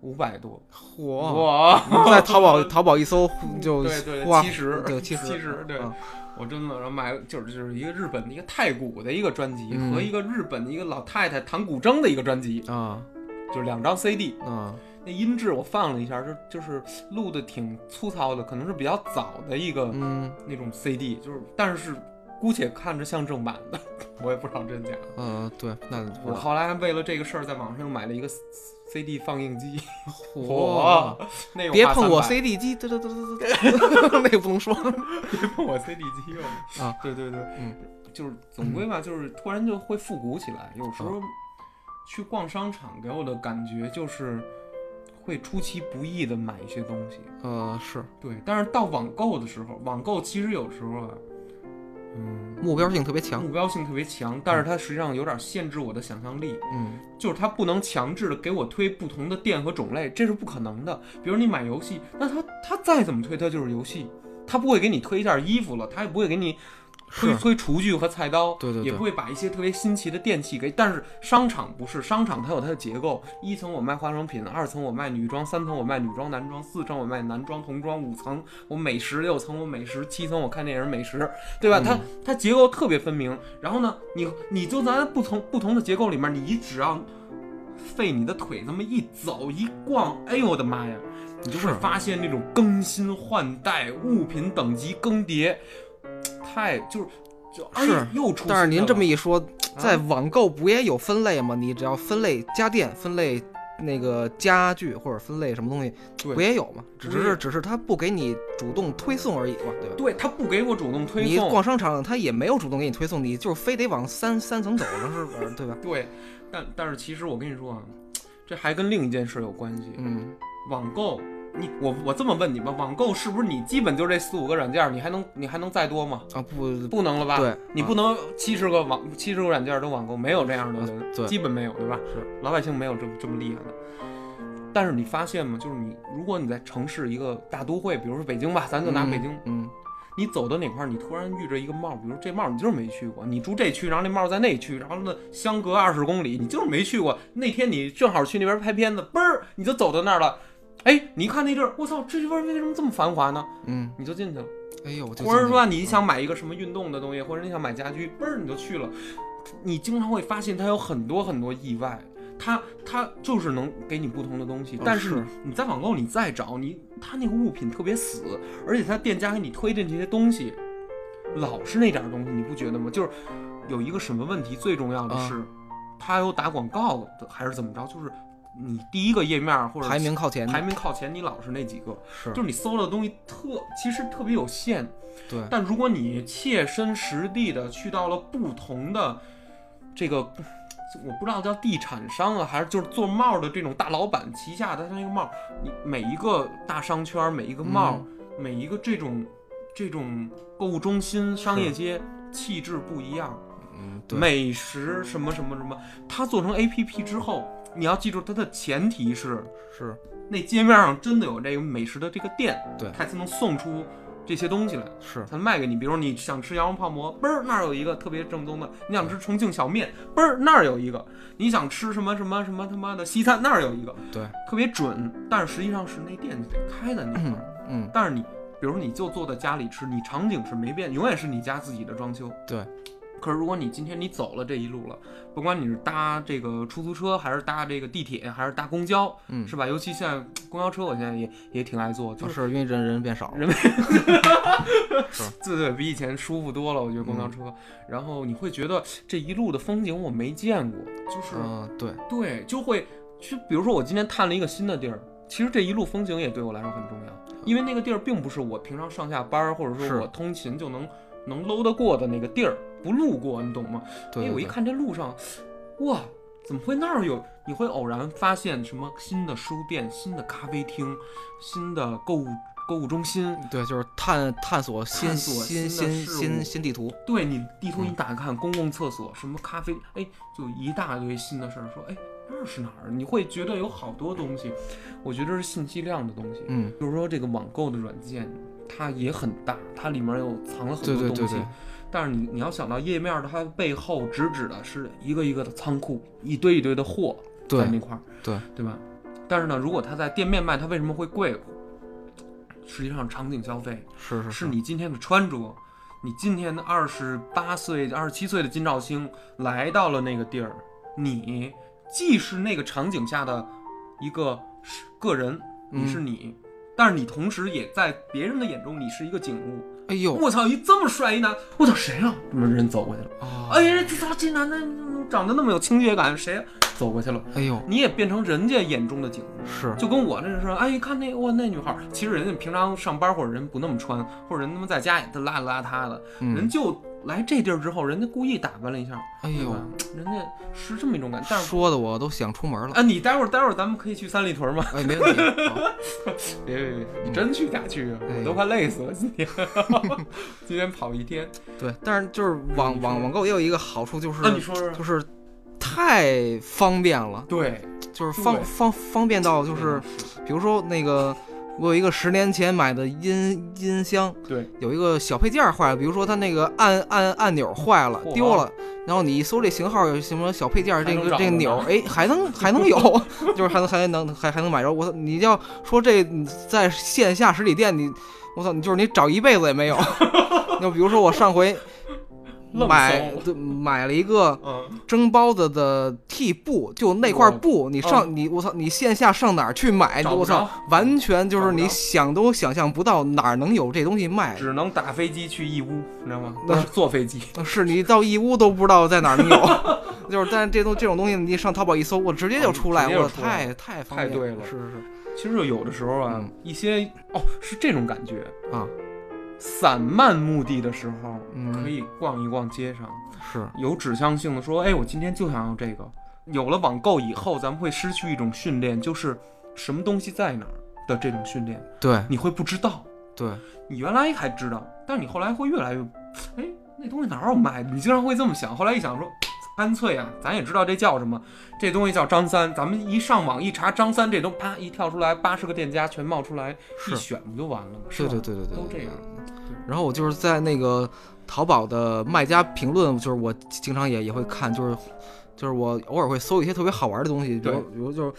A: 五百多，
B: 嚯！
A: 哇，
B: 你在淘
A: *laughs*
B: 宝淘宝一搜就
A: 对对
B: 哇，
A: 七十
B: 对七十
A: 七十对
B: 啊
A: 我真的，然后买了就是就是一个日本的一个太鼓的一个专辑
B: 嗯
A: 和一个日本的一个老太太弹古筝的一个专辑，
B: 啊
A: 就是两张 CD，
B: 啊
A: 那音质我放了一下，就就是录的挺粗糙的，可能是比较早的一个
B: 嗯
A: 那种 CD，就是但是姑且看着像正版的， *laughs* 我也不知道真假。
B: 呃对，那不知
A: 我
B: 道
A: 后来为了这个事儿，在网上又买了一个 CD 放映机， *laughs*
B: 嚯！
A: 那个
B: 别
A: 花
B: 碰我
A: 300
B: CD 机，嘚嘚嘚嘚 *laughs*
A: *laughs*
B: 嘚，那个不能说。
A: 别碰我 CD 机了
B: 啊！
A: 对对对，
B: 嗯，
A: 就是总归吧，就是突然就会复古起来。有时
B: 嗯
A: 候去逛商场给我的感觉就是会出其不意的买一些东西。
B: 呃，是
A: 对，但是到网购的时候，网购其实有时候啊，嗯，
B: 目标性特别强。
A: 目标性特别强，但是它实际上有点限制我的想象力，
B: 嗯
A: 就是它不能强制的给我推不同的店和种类，这是不可能的。比如你买游戏，那它它再怎么推，它就是游戏。它不会给你推一件衣服了，它也不会给你推
B: 是
A: 推厨具和菜刀，
B: 对对对
A: 也不会把一些特别新奇的电器给。但是商场不是，商场它有它的结构，一层我卖化妆品，二层我卖女装，三层我卖女装男装，四层我卖男装童装，五层我美食，六层我美食，七层我看电影美食，对吧？
B: 嗯
A: 它它结构特别分明。然后呢，你你就在不同不同的结构里面，你只要费你的腿这么一走一逛，哎呦我的妈呀！你就会
B: 是
A: 发现那种更新换代、物品等级更迭，太就是就哎
B: 是
A: 又出新的
B: 但
A: 了。
B: 是您这么一说，
A: 啊
B: 在网购不也有分类吗？你只要分类家电，分类那个家具或者分类什么东西，
A: 对
B: 不也有吗？只
A: 不
B: 是
A: 是
B: 只是他不给你主动推送而已嘛，对吧？
A: 对他不给我主动推
B: 你
A: 送，
B: 逛商场，他也没有主动给你推送，你就是非得往三三层走了，是不是？对吧？
A: 对，但但是其实我跟你说啊，这还跟另一件事有关系。
B: 嗯，
A: 网购，你我我这么问你吧，网购是不是你基本就这四五个软件儿，你还能你还能再多吗？
B: 啊不，
A: 不能了吧？
B: 对，
A: 你不
B: 啊
A: 能七十个网七十个软件都网购，没有这样的人，
B: 对
A: 基本没有，对吧？
B: 是
A: 老百姓没有这么这么厉害的。但是你发现吗？就是你，如果你在城市一个大都会，比如说北京吧，咱就拿北京，
B: 嗯，
A: 你走到哪块儿，你突然遇着一个帽儿，比如这帽儿你就是没去过，你住这区，然后那帽儿在那区，然后呢相隔二十公里，你就是没去过。那天你正好去那边拍片子，嘣儿你就走到那儿了，哎，你一看那地儿，我操，这地方为什么这么繁华呢？
B: 嗯嗯，
A: 你就进去了。
B: 哎呦，我就
A: 或者
B: 进去
A: 说
B: 了
A: 你想买一个什么运动的东西，或者你想买家居，嘣儿你就去了。你经常会发现它有很多很多意外，它它就是能给你不同的东西
B: 哦，
A: 但是
B: 是
A: 你在网购你再找你，它那个物品特别死，而且它店家给你推荐这些东西，老是那点儿东西，你不觉得吗？就是有一个什么问题，最重要的
B: 啊
A: 是，它有打广告的还是怎么着？就是你第一个页面儿或者
B: 排名靠前的，
A: 排名靠前，你老是那几个，
B: 是
A: 就是你搜到的东西特其实特别有限，
B: 对，
A: 但如果你切身实地的去到了不同的这个，我不知道叫地产商啊，还是就是做帽的这种大老板旗下的他那个帽，你每一个大商圈、每一个帽、
B: 嗯
A: 每一个这种这种购物中心、商业街气质不一样，
B: 嗯，对，
A: 美食什么什么什么，它做成 APP 之后，你要记住它的前提是
B: 是
A: 那街面上真的有这个美食的这个店，
B: 对
A: 它才能送出这些东西来。
B: 是
A: 他卖给你，比如你想吃羊肉泡馍，嘣儿那儿有一个特别正宗的；你想吃重庆小面，嘣儿那儿有一个；你想吃什么什么什么他妈的西餐，那儿有一个，
B: 对，
A: 特别准。但是实际上是那店开在那块儿，
B: 嗯，
A: 但是你比如你就坐在家里吃，你场景是没变，永远是你家自己的装修。
B: 对。
A: 可是如果你今天你走了这一路了，不管你是搭这个出租车，还是搭这个地铁，还是搭公交，
B: 嗯哦
A: 是吧？尤其现在公交车，我现在也也挺爱坐，
B: 就
A: 就是
B: 是因为人人变少了，
A: 对对，比以前舒服多了，我觉得公
B: 嗯
A: 交车。然后你会觉得这一路的风景我没见过，就是、
B: 嗯，对，
A: 对，就会去，比如说我今天探了一个新的地儿，其实这一路风景也对我来说很重要，因为那个地儿并不是我平常上下班儿或者
B: 嗯是
A: 说我通勤就能能搂得过的那个地儿，不路过，你懂吗？
B: 对
A: 哎，
B: 对
A: 我一
B: 对
A: 看这路上，哇，怎么会那儿有？你会偶然发现什么新的书店、新的咖啡厅、新的购物购物中心，
B: 对，就是探探索新
A: 探索
B: 新
A: 新的
B: 新
A: 事
B: 新
A: 物
B: 新地图，
A: 对你地图
B: 嗯
A: 一打看，公共厕所什么咖啡，哎，就一大堆新的事儿。说，哎，那是哪儿？你会觉得有好多东西，我觉得是信息量的东西。
B: 嗯，
A: 就是说，这个网购的软件它也很大，它里面有藏了很
B: 对对
A: 多东西。
B: 对对，
A: 但是你你要想到页面的它背后直指的是一个一个的仓库，一堆一堆的货在
B: 对
A: 那块儿，
B: 对
A: 对吧？但是呢，如果它在店面卖，它为什么会贵？实际上，场景消费
B: 是是
A: 是你今天的穿着，你今天的二十八岁、二十七岁的金兆星来到了那个地儿，你既是那个场景下的一个是个人，你是
B: 嗯
A: 你，但是你同时也在别人的眼中你是一个景物。
B: 哎呦
A: 我操，一这么帅一男，我操谁啊？哦什么人走过去了？
B: 啊，
A: 哎呀，这操这男的嗯长得那么有亲切感，谁啊走过去了？
B: 哎呦
A: 你也变成人家眼中的景物。
B: 是
A: 就跟我这是，哎，一看那哇那女孩儿，其实人家平常上班或者人不那么穿，或者人他妈在家也都邋里邋遢的，人
B: 嗯，
A: 就来这地儿之后，人家故意打扮了一下，
B: 哎
A: 对
B: 呦
A: 吧，？人家是这么一种感觉。但是，
B: 说的我都想出门了，
A: 啊，你待会儿待会儿咱们可以去三里屯吗？ *laughs*
B: 哎，没问题，好
A: 别别别，你真去假去啊？
B: 哎
A: 我都快累死了，今天 *laughs* 今天跑一天。
B: 对，但是就是网
A: 你说
B: 网网购也有一个好处就是
A: 啊那你说说，
B: 就是太方便了，
A: 对，
B: 就是方
A: 对
B: 方方便到就是，比如说那个，我有一个十年前买的音音箱，
A: 嗯对，
B: 有一个小配件儿坏了，比如说它那个按按按钮坏了
A: 嚯
B: 丢了，然后你一搜这型号有什么小配件儿，
A: 还
B: 这
A: 能
B: 个
A: 找
B: 这个
A: 着
B: 钮儿
A: 呢，
B: 哎，还能还能有， *laughs* 就是还能还能还还能买着。我操，你要说这你在线下实体店你，我操，你就是你找一辈子也
A: *laughs*
B: 没有。就比如说我上回
A: 愣搜
B: 买对买了一个。
A: 嗯，
B: 蒸包子的屉布，就那块布，你
A: 嗯
B: 上你我操，你线下上哪儿去买？
A: 找不
B: 哎我操
A: 着，
B: 完全就是
A: 找
B: 你
A: 不着
B: 想都想象不到哪儿能有这东西卖。
A: 只能打飞机去义乌，你知道吗？
B: 那
A: 那是坐飞机。
B: 是你到义乌都不知道在哪儿能有， *laughs* 就是但是这东这种东西，你上淘宝一搜，我直接就出来，
A: 嗯直接就
B: 我
A: 出来
B: 太太方便
A: 太对了
B: 是是是，
A: 其实有的时候啊
B: 嗯，
A: 一些哦是这种感觉
B: 啊，
A: 散漫目的的时候，
B: 嗯
A: 可以逛一逛街上，
B: 是
A: 有指向性的说，哎，我今天就想要这个。有了网购以后，咱们会失去一种训练，就是什么东西在哪儿的这种训练，
B: 对
A: 你会不知道，
B: 对，
A: 你原来还知道，但是你后来会越来越，哎，那东西哪儿有卖的？你经常会这么想，后来一想说。干脆啊，咱也知道这叫什么，这东西叫张三。咱们一上网一查张三这东，啪一跳出来，八十个店家全冒出来，
B: 是
A: 一选不就完了吗？是
B: 对
A: 吧
B: 对对对对，
A: 都
B: 对
A: 这样。
B: 然后我就是在那个淘宝的卖家评论，就是我经常也也会看，就是就是我偶尔会搜一些特别好玩的东西，比如
A: 对
B: 比如就是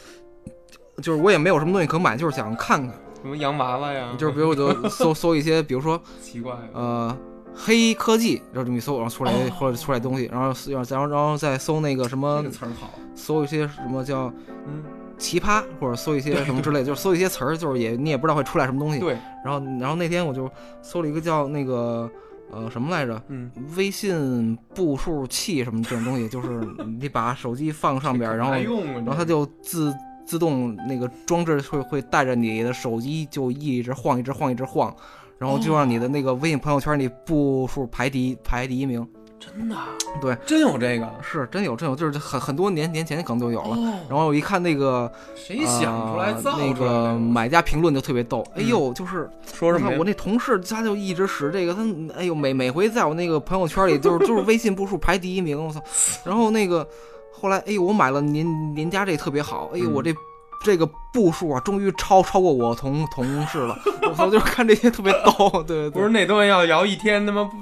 B: 就是我也没有什么东西可买，就是想看看，
A: 什么洋娃娃呀， *laughs*
B: 就是比如我就搜搜一些，比如说
A: 奇怪，啊
B: 呃黑科技，然后这么一搜，然后出来
A: 哦
B: 或者出来东西，然后然后然后然后再搜那个什么
A: 这个，词儿好，
B: 搜一些什么叫
A: 呃嗯，
B: 奇葩，或者搜一些什么之类的，就是搜一些词儿，就是也你也不知道会出来什么东西。
A: 对，
B: 然后然后那天我就搜了一个叫那个呃什么来着，
A: 嗯，
B: 微信步数器什么这种东西，就是你把手机放上边儿，然后
A: 还用啊，然
B: 然后它就自自动那个装置会会带着你的手机就一直晃，一直晃，一直晃，然后就让你的那个微信朋友圈里步数排第一排第一名。
A: 真的啊，
B: 对
A: 真有这个，
B: 是真有真有，就是很很多年年前可能就有了。
A: 哦，
B: 然后我一看那个，
A: 谁想出来
B: 呃
A: 造出来
B: 那
A: 的
B: 个买家评论就特别逗，哎呦，就是
A: 说什么呀？
B: 我那同事他就一直使这个，他哎呦每每回在我那个朋友圈里就是就是微信步数排第一名，我操！然后那个后来哎呦我买了您您家这特别好，哎呦
A: 嗯
B: 我这。这个步数啊，终于超超过我同同事了。 *laughs* 我操，就是看这些特别逗，对对对。
A: 不是那东西要摇一天，他妈不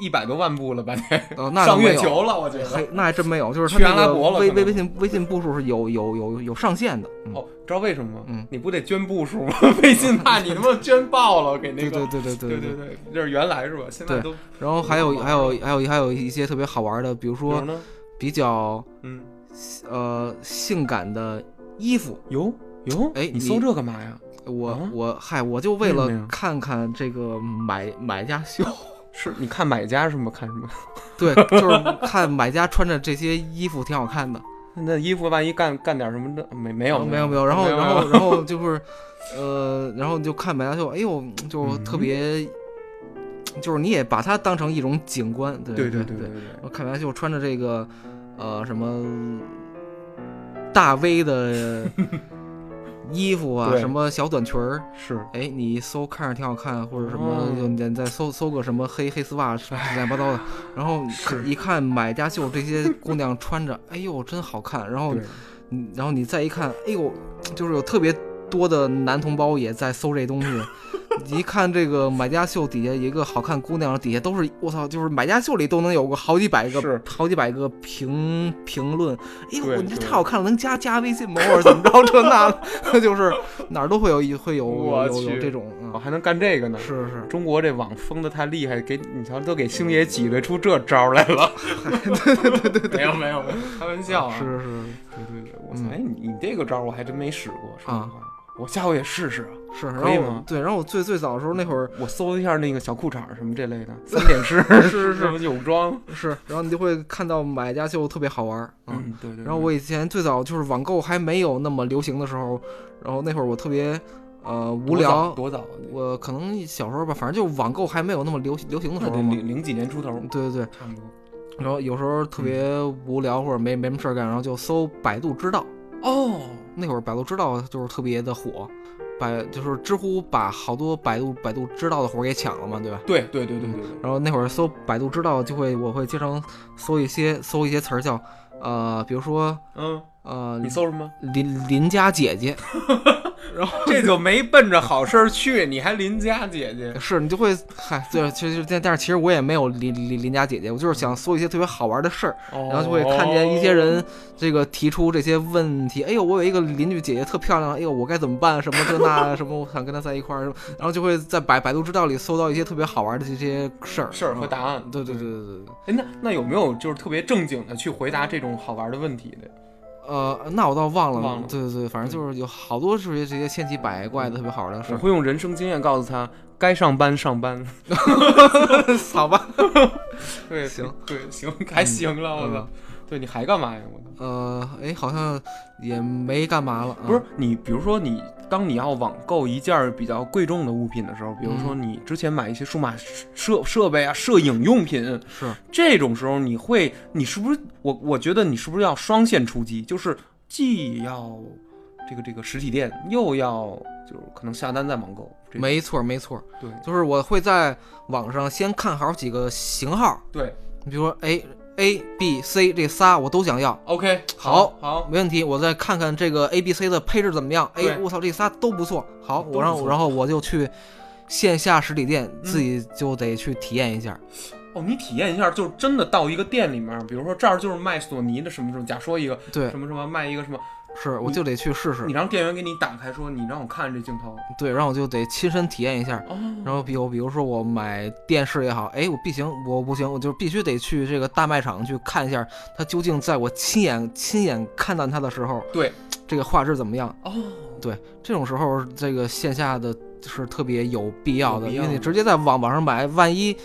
A: 一百多万步了吧？得
B: 呃，那倒
A: 上
B: 没
A: 月
B: 有
A: 球了，我觉得。
B: 嘿，那还真没有，就是他
A: 去
B: 那
A: 阿拉
B: 个
A: 伯了
B: 微
A: 可
B: 微
A: 能
B: 微信微信步数是有有有有上限的。嗯，
A: 哦，知道为什么吗？
B: 嗯
A: 你不得捐步数吗？ *laughs* 微信怕你他妈捐爆了，给
B: 对
A: 那
B: 对
A: 个
B: 对对对
A: 对对对，这是原来是吧？现在都比
B: 然后还有还有还有还有一些特别好玩的，比如
A: 如
B: 说
A: 呢，
B: 比较
A: 嗯，
B: 呃性感的衣服，
A: 哟哟，
B: 哎
A: 你
B: 你
A: 搜这干嘛呀？
B: 我、
A: 啊
B: 我嗨，我就为
A: 为什么
B: 了
A: 呀
B: 看看这个买买家
A: *laughs*
B: 秀，
A: 是你看买家是吗？看什么？ *laughs*
B: 对，就是看买家穿着这些衣服挺好看的。
A: 那衣服万一干干点什么的，没没
B: 没
A: 有
B: 没
A: 有
B: 有没有，然后
A: 没有
B: 然
A: 没
B: 后
A: 有
B: 然后就是，呃，然后就看买家秀，哎呦，
A: 嗯
B: 就特别，就是你也把它当成一种景观，对
A: 对对
B: 对
A: 对对对，
B: 我看完秀穿着这个，呃，什么大 V
A: *laughs*
B: 的衣服啊，
A: 对
B: 什么小短裙儿，
A: 是
B: 哎，你搜看着挺好看，或者什么
A: 哦，
B: 就你再搜搜个什么黑黑丝袜，乱七八糟的，然后你看
A: 是
B: 一看买家秀这些姑娘穿着，哎呦，真好看，然后
A: 对
B: 你然后你再一看，哎呦，就是有特别多的男同胞也在搜这东西。一看这个买家秀底下一个好看姑娘，底下都是我操，就是买家秀里都能有个好几百个
A: 是、
B: 好几百个评评论。哎
A: 对
B: 呦，你这
A: 对
B: 太好看了，能加加微信吗？或者怎么着这那
A: *laughs*
B: 的，就是哪儿都会有一会有有
A: 我
B: 有有
A: 去
B: 这种，
A: 我
B: 嗯、
A: 还能干这个呢。
B: 是是，
A: 中国这网封的太厉害，给你瞧都给星爷挤兑出这招儿来 *laughs* 了。对对对对对，没有没有没有，开玩笑啊。
B: 是是
A: 对对对，我
B: 嗯
A: 操！哎，你你这个招儿我还真没使过，说实
B: 啊
A: 话，我下回也试试啊。
B: 是。然
A: 可以
B: 后
A: 吗
B: 对，然后我最最早的时候那会儿
A: 我搜一下那个小裤衩儿什么这类 *laughs* 的，三点式
B: 是是
A: 什么泳装，
B: 是，然后你就会看到买家秀特别好玩，嗯
A: 嗯对对。对
B: 然后我以前最早就是网购还没有那么流行的时候，然后那会儿我特别呃无
A: 多早
B: 聊，
A: 多早啊，
B: 我可能小时候吧，反正就网购还没有那么流流行的
A: 那
B: 时
A: 得
B: 候嘛。
A: 零零几年出头，
B: 对对对，
A: 嗯差不多。
B: 然后有时候特别
A: 嗯
B: 无聊或者没没什么事儿干，然后就搜百度知道。
A: 哦，
B: 那会儿百度知道就是特别的火，百就是知乎把好多百度百度知道的活儿给抢了嘛，对吧？
A: 对对对对对对，
B: 然后那会儿搜百度知道就会，我会经常搜一些搜一些词儿叫呃，比如说
A: 嗯，
B: 呃
A: 你搜什么？ *laughs*
B: 邻邻家姐姐，
A: 这就没奔着好事儿去，你还邻家姐姐。
B: 是你就会嗨，对，其实但但是其实我也没有邻邻邻家姐姐，我就是想搜一些特别好玩的事儿，
A: 然
B: 然后就会看见一些
A: 哦
B: 人这个提出这些问题，哎呦，我有一个邻居姐姐特漂亮，哎呦，我该怎么办？什么这那 *laughs* 什么，我想跟她在一块儿，什么，然后就会在百百度知道里搜到一些特别好玩的这些事儿
A: 哦事儿和答案。
B: 嗯对对对对对对，
A: 哎，那那有没有就是特别正经的去回答这种好玩的问题的？
B: 呃，那我倒忘了，
A: 忘了嗯
B: 对对对，反正就是有好多这些这些千奇百怪的特别好玩的事
A: *laughs* 我
B: 儿，
A: 会用人生经验告诉他，该上班上班。 *laughs*
B: 好吧，
A: 对，
B: 行，
A: 对， *laughs* 行，还行了，我操
B: 嗯！
A: 对你还干嘛呀？我操！
B: 呃，哎，好像也没干嘛了，嗯
A: 不是你，比如说你，当你要网购一件比较贵重的物品的时候，比如说
B: 嗯
A: 你之前买一些数码设设备啊、摄影用品，
B: 嗯是。
A: 这种时候你会，你是不是我？我觉得你是不是要双线出击？就是既要这个这个实体店，又要就是可能下单再网购。这种
B: 没错，没错，
A: 对
B: 就是我会在网上先看好几个型号，
A: 对
B: 你比如说 A A B C 这仨我都想要， *laughs*
A: ，OK，
B: 好
A: 好，
B: 没问题。我再看看这个 A B C 的配置怎么样，哎
A: 对，
B: 我操，这仨都不错，好，
A: 都不
B: 我让
A: 错嗯
B: 然后我就去线下实体店自己就得去体验一下，
A: 哦，哦，你体验一下，就是真的到一个店里面，比如说这儿就是卖索尼的什么什么，假说一个
B: 对，
A: 什么什么卖一个什么，
B: 是我就得去试试
A: 你，让店员给你打开说，你让我看这镜头。
B: 对，然后我就得亲身体验一下。
A: 哦，
B: 然后比如比如说我买电视也好，哎，我必行，我不行，我就必须得去这个大卖场去看一下，它究竟在我亲眼亲眼看到它的时候，
A: 对，
B: 这个画质怎么样？
A: 哦，
B: 这种时候，这个线下的是特别有必要
A: 有
B: 的，
A: 必
B: 因
A: 要
B: 为你
A: 的
B: 直接在网网上买，万一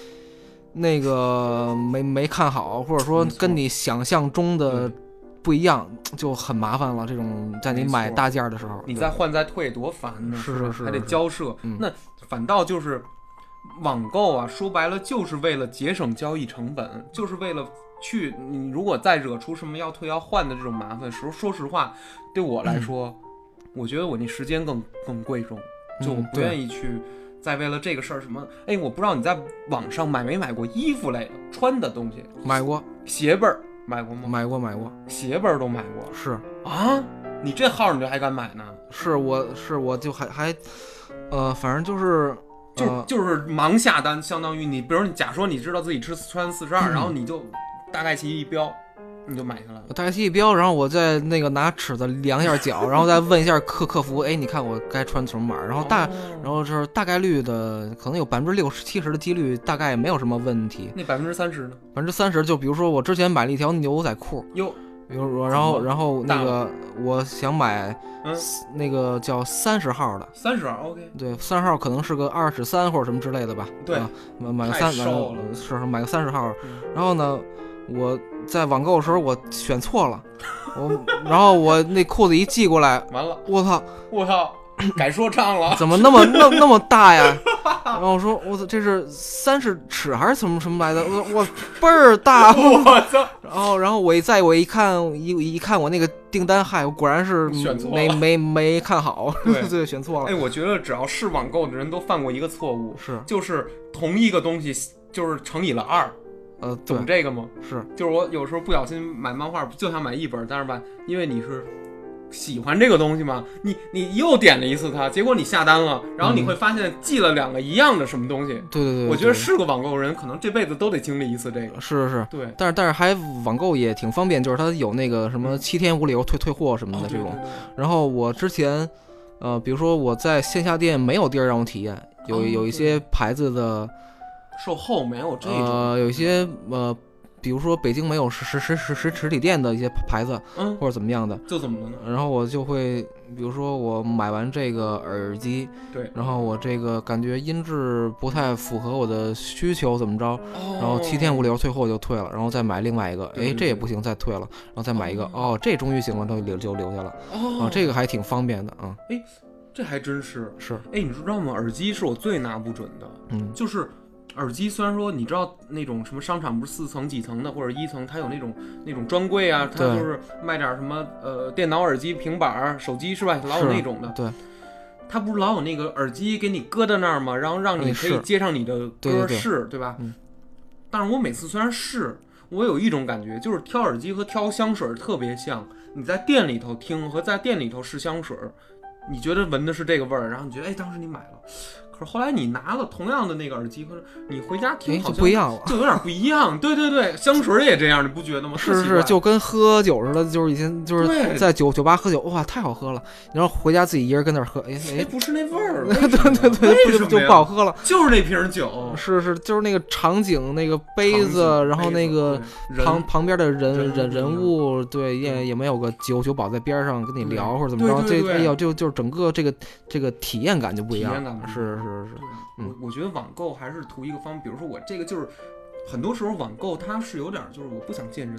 B: 那个没没看好，或者说
A: 没错
B: 跟你想象中的
A: 对
B: 不一样，就很麻烦了。这种在你
A: 没
B: 买
A: 错
B: 大件儿的时候，
A: 你
B: 对
A: 再换再退多烦呢，
B: 是
A: 不
B: 是是
A: 还得
B: 是
A: 交涉。
B: 嗯
A: 那反倒就是网购啊，说白了就是为了节省交易成本，就是为了。去，你如果再惹出什么要退要换的这种麻烦时候，说实话，对我
B: 嗯
A: 来说，我觉得我那时间更更贵重。就我
B: 嗯
A: 不
B: 对
A: 愿意去再为了这个事儿什么，哎，我不知道你在网上买没买过衣服类的穿的东西，
B: 买过
A: 鞋辈儿买过吗？
B: 买过买过，
A: 鞋辈儿都买过
B: 是
A: 啊？你这号儿你就还敢买呢？
B: 是我是我就还还呃，反正就是
A: 就、
B: 呃
A: 就是盲下单，相当于你，比如你假说你知道自己吃穿四
B: 嗯
A: 十二，然后你就大概其一标，你就买下来了。
B: 我大概一标，然后我再那个拿尺子量一下脚，然后再问一下客客服，哎，你看我该穿什么码儿？然后大然
A: 哦
B: 后就是大概率的，可能有百分之六十、七十的几率，大概没有什么问题。
A: 那百分之三十呢？
B: 百分之三十，就比如说我之前买了一条牛仔裤，
A: 哟，
B: 比如说，然后然后
A: 大
B: 那
A: 了
B: 个我想买
A: 嗯，
B: 那个叫三十号的，
A: 三十二，OK，
B: 对，三十号可能是个二十三或者什么之类的吧。
A: 对
B: 啊买买个
A: 太
B: 三，买
A: 瘦
B: 个
A: 了
B: 是是买个三十号
A: 嗯。
B: 然后呢，我在网购的时候我选错了，我然后我那裤子一寄过来，
A: 完了，
B: 我操，
A: 我操，改说
B: *laughs*
A: 唱 *laughs* 了，
B: 怎么那么那那么大呀？然后我说我操，这是三十尺还是什么什么来的？我我倍儿大。
A: 我操，
B: 然后然后我一再我一看一一看我那个订单，嗨，我果然是
A: 选错了
B: 没没没看好，*laughs*
A: 对
B: 对，选错
A: 哎，
B: 了，
A: 我觉得只要是网购的人都犯过一个错误，
B: 是
A: 就是同一个东西就是乘以了二，
B: 呃对
A: 懂这个吗？
B: 是
A: 就是我有时候不小心买漫画，就想买一本，但是吧，因为你是喜欢这个东西嘛，你你又点了一次它，结果你下单了，然后你
B: 嗯
A: 会发现寄了两个一样的什么东西。
B: 对对对，
A: 我觉得
B: 对
A: 是个网购人，可能这辈子都得经历一次这个。
B: 是是。
A: 对，
B: 但是但是还网购也挺方便，就是它有那个什么七天无理由退退货什么
A: 哦
B: 的
A: 对
B: 这种。
A: 对对
B: 然后我之前，呃，比如说我在线下店没有地儿让我体验，有
A: 哦
B: 有一些牌子的，
A: 售后没有这种，
B: 呃，有一些呃，比如说北京没有实实实实实实体店的一些牌子
A: 嗯，
B: 或者怎么样的，
A: 就怎么了呢？
B: 然后我就会，比如说我买完这个耳机，
A: 对，
B: 然后我这个感觉音质不太符合我的需求，怎么着？
A: 然
B: 然后七天无理由退货我就退了，然后再买另外一个，
A: 哦对
B: 哎，
A: 对
B: 这也
A: 对
B: 不行，再退了，然后再买一个，
A: 哦
B: 哦，这终于行了，都留就留下了，
A: 哦
B: 啊，，这个还挺方便的啊，
A: 这还真是。
B: 是，
A: 哎，你知道吗？耳机是我最拿不准的。
B: 嗯，
A: 就是耳机，虽然说你知道那种什么商场不是四层几层的或者一层，它有那种那种专柜啊，它
B: 对
A: 就是卖点什么呃电脑、耳机、平板儿、手机是吧？老有
B: 是
A: 那种的，
B: 对，
A: 它不是老有那个耳机给你搁在那儿吗？然后让
B: 让
A: 你
B: 你
A: 可以
B: 试
A: 接上你的
B: 哎对
A: 歌
B: 对对
A: 试，对吧
B: 嗯？
A: 但是我每次虽然试，我有一种感觉，就是挑耳机和挑香水儿特别像。你在店里头听和在店里头试香水儿，你觉得闻的是这个味儿，然后你觉得哎，当时你买了，可是后来你拿了同样的那个耳机，可是你回家
B: 哎
A: 听好
B: 就
A: 像
B: 不一样了。
A: 就有点不一样。对对对，香水儿也这样，你不觉得吗？
B: 是
A: 特奇怪
B: 是，就跟喝酒似的，就是以前就是
A: 对，
B: 在酒酒吧喝酒，哇，太好喝了。然后回家自己一人跟那儿喝，哎
A: 哎，
B: 哎，
A: 不是那
B: *laughs*
A: 味儿，为
B: 对
A: 什么呀
B: 对对，
A: 为
B: 不
A: 什
B: 就
A: 么
B: 就
A: 呀
B: 不好喝了。
A: 就是那瓶酒，
B: 是是，就是那个场景、那个杯
A: 场景
B: 子，然后那个
A: 对人
B: 旁旁边的人人
A: 人物
B: 人物，对，也也没有个酒酒保在边上跟你
A: 对
B: 聊或者怎么
A: 对
B: 着，
A: 对
B: 这
A: 对
B: 哎呦，就就是整个这个这个体验感就不一
A: 体
B: 样
A: 验感不
B: 了，
A: 一
B: 是是是，
A: 对我我觉得网购还是图一个方，比如说我这个就是，很多时候网购它是有点儿就是我不想见人。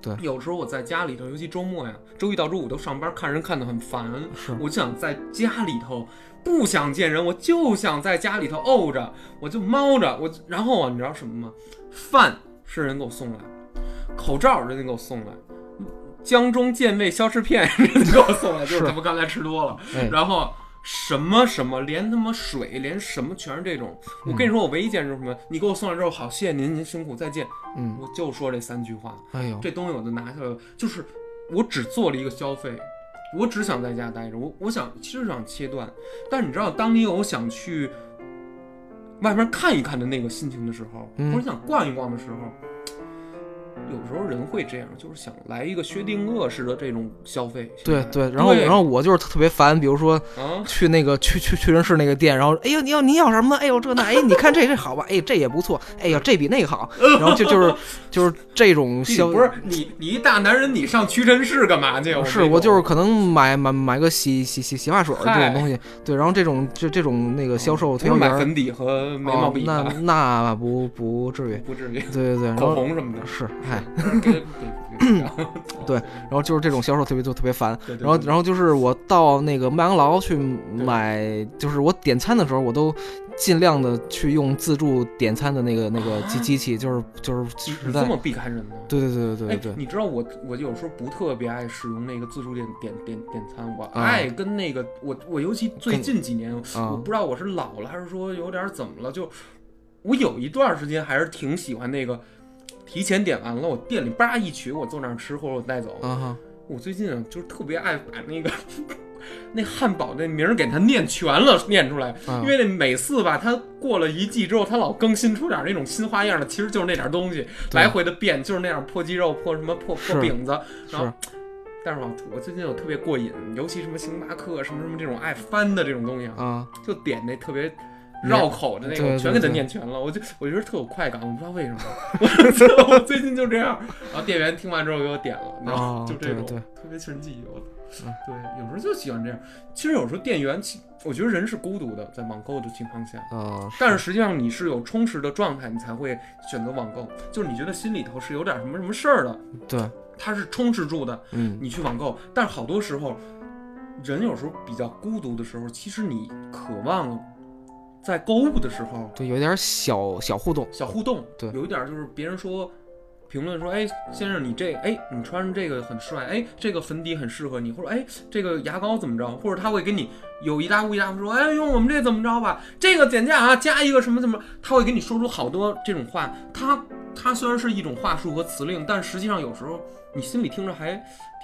B: 对
A: 有时候我在家里头，尤其周末呀，周一到周五都上班，看人看得很烦。
B: 是
A: *laughs* 我就想在家里头，不想见人，我就想在家里头怄着，我就猫着，我然后啊，你知道什么吗？饭是人给我送来，口罩人家给我送来，嗯江中健胃消食片 *laughs* 人家给我送来，就是
B: 是
A: 他妈刚才吃多了，
B: 哎
A: 然后什么什么，连他妈水，连什么全是这种。我跟你说，我唯一见着什么，你给我送来之后，好，谢谢您，您辛苦，再见。
B: 嗯，
A: 我就说这三句话，
B: 哎呦，
A: 这东西我就拿下来了，就是我只做了一个消费，我只想在家待着，我我想其实想切断，但你知道，当你有想去外面看一看的那个心情的时候，
B: 嗯
A: 或者想逛一逛的时候，有时候人会这样，就是想来一个薛定谔式的这种消费。
B: 对
A: 现在
B: 对，然后
A: 对
B: 然后我就是特别烦，比如说
A: 啊，
B: 去那个去去去人事那个店，然后哎呦你要你要什么？哎呦这那哎你看这这好吧？哎这也不错，哎呀这比那个
A: *laughs*
B: 好，然后就就是就是这种
A: 你
B: 消
A: 不是你你一大男人，你上屈臣氏干嘛去？我
B: 是
A: 没
B: 我
A: 懂
B: 就是可能买买买个洗洗洗洗发水儿这
A: 嗨
B: 种东西，对，然后这种这这种那个销售
A: 不
B: 推
A: 是
B: 销员
A: 买
B: 儿，
A: 粉底和眉毛
B: 哦
A: 笔
B: 那
A: 吧，
B: 那不不至于，
A: 不至于
B: 对对对，然
A: 口
B: 后
A: 红什么的。
B: 是嗨，
A: *laughs* 给给给
B: *laughs* 对然后就是这种销售特别就特别烦，
A: *laughs* 对，
B: 然后，然后就是我到那个麦当劳去
A: 对
B: 买，就是我点餐的时候，我都尽量的去用自助点餐的那个那个机
A: 啊
B: 机器，就是就是
A: 你
B: 实
A: 你
B: 在
A: 这，么避开人呢？
B: 对对对对对对
A: 哎，你知道我我有时候不特别爱使用那个自助点点点点餐，我
B: 啊
A: 爱跟那个我我尤其最
B: 跟
A: 近几年，
B: 对，
A: 我
B: 啊
A: 不知道我是老了还是说有点怎么了，就我有一段时间还是挺喜欢那个提前点完了，我店里叭一取，我坐那儿吃或者我带走。
B: 啊哈，
A: 我最近啊，就是特别爱把那个那汉堡那名儿给它念全了，念出来。
B: 啊
A: 因为那每次吧，它过了一季之后，它老更新出点那种新花样的，其实就是那点东西，
B: 对
A: 来回的变，就是那样破鸡肉、破什么破
B: 是
A: 破饼子。然后
B: 是，
A: 但是吧，我最近我特别过瘾，尤其什么星巴克、什么什么这种爱翻的这种东西啊，
B: 啊，
A: 就点那特别。绕口的那个，
B: 对
A: 我全给它
B: 对对
A: 念全了，我就我觉得特有快感，我不知道为什么，
B: *laughs*
A: 我我最近就这样。然后店员听完之后给我点了，然后
B: 哦
A: 就这种
B: 对对
A: 特别神奇，我操
B: 嗯！
A: 对，有时候就喜欢这样。其实有时候店员，其我觉得人是孤独的，在网购的情况下，
B: 呃，
A: 但是实际上你是有充实的状态，你才会选择网购。就是你觉得心里头是有点什么什么事儿的，
B: 对，
A: 它是充实住的，
B: 嗯，
A: 你去网购。但是好多时候，人有时候比较孤独的时候，其实你渴望在购物的时候
B: 对，有点小小互动，
A: 小互动，
B: 对
A: 有一点就是别人说。评论说，哎，先生，你这，哎，你穿上这个很帅，哎，这个粉底很适合你，或者，哎，这个牙膏怎么着？或者他会给你有一搭无一搭地说，哎，用我们这怎么着吧？这个减价啊，加一个什么怎么？他会给你说出好多这种话。他他虽然是一种话术和词令，但实际上有时候你心里听着还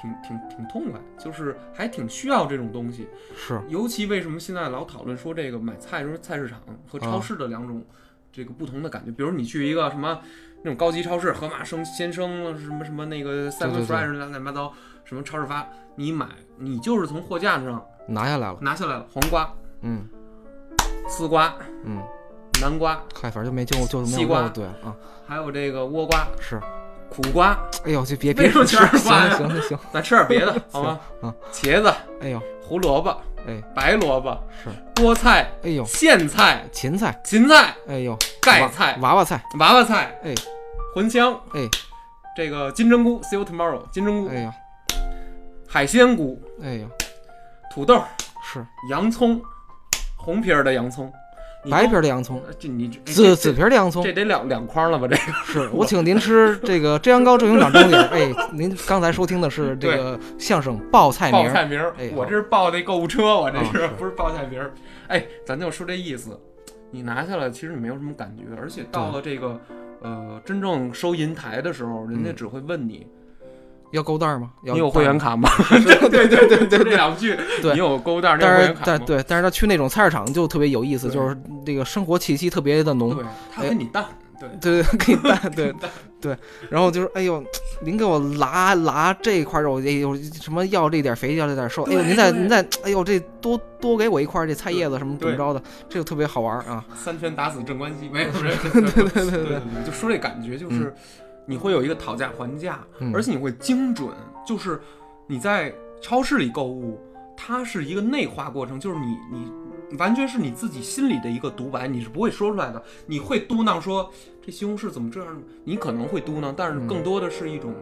A: 挺挺挺痛快，就是还挺需要这种东西。
B: 是
A: 尤其为什么现在老讨论说这个买菜就是菜市场和超市的两种这个不同的感觉？比如你去一个什么那种高级超市，盒马生鲜生什么什么那个 Seven
B: 对对
A: Fresh 乱七八糟什么超市发，你买你就是从货架上
B: 拿下来了，
A: 拿下来了黄瓜、
B: 嗯
A: 丝瓜、
B: 嗯，
A: 南瓜，
B: 嗨，反正就没就就没
A: 西
B: 有
A: 瓜
B: 肉，对啊，
A: 还有这个倭瓜、
B: 是，
A: 苦瓜，
B: 哎呦，就别
A: 为
B: 别
A: 什么
B: 说
A: 全是
B: 行
A: 瓜呀
B: 行行行，
A: 咱吃点别 *laughs* 的好吗？
B: 啊
A: 茄子、
B: 哎呦，
A: 胡萝卜、
B: 哎
A: 白萝卜、
B: 是，
A: 菠菜、
B: 哎呦，
A: 苋菜、
B: 芹菜，
A: 芹菜、
B: 哎呦，
A: 盖
B: 娃
A: 菜、
B: 娃娃菜，
A: 娃娃菜，
B: 哎，
A: 茴香，
B: 哎，
A: 这个金针菇，see you tomorrow，金针菇，
B: 哎呦，
A: 海鲜菇，
B: 哎呦，
A: 土豆，
B: 是
A: 洋葱，红皮儿的洋葱，你
B: 白
A: 都
B: 皮儿的洋葱。
A: 呃这你这
B: 紫
A: 这
B: 紫皮儿的洋葱
A: 这，得两两筐了吧？这个
B: 是我请您吃这个蒸羊羔正营长蒸饼。哎，您刚才收听的是这个相声报菜名
A: 报
B: 儿，
A: 菜名儿
B: 哎，
A: 我
B: 好
A: 这是报那购物车，我这是
B: 啊是
A: *laughs* 不是报菜名儿？哎，咱就说这意思，你拿下来其实你没有什么感觉，而且到了这个呃真正收银台的时候，人家
B: 嗯
A: 只会问你，
B: 要勾蛋儿吗？要
A: 你有会员
B: 卡？*laughs*
A: 卡吗？对对对对对，这两句，
B: 对
A: 你有购物袋儿，你有会
B: 但
A: 员
B: 是
A: 卡吗
B: 但？对，但是他去那种菜市场就特别有意思，
A: 对
B: 就是这个生活气息特别的浓。
A: 对，他跟你淡，对。
B: 对对，给蛋哎对
A: 蛋
B: 对，然后就是哎呦，您给我拿拿这块肉，哎呦什么要这点肥要这点瘦，哎呦
A: 对
B: 您再
A: 对
B: 您再哎呦这多多给我一块儿这菜叶子什么怎
A: 对
B: 么着的，这就特别好玩儿啊。
A: 三拳打死镇关 *laughs* 西，没有没有，对对嗯对对，就说这感觉就是，你会有一个讨价还价，
B: 嗯
A: 而且你会精准，就是你在超市里购物，它是一个内化过程，就是你你完全是你自己心里的一个独白，你是不会说出来的，你会嘟囔说这西红柿怎么这样，你可能会嘟囔，但是
B: 嗯
A: 更多的是一种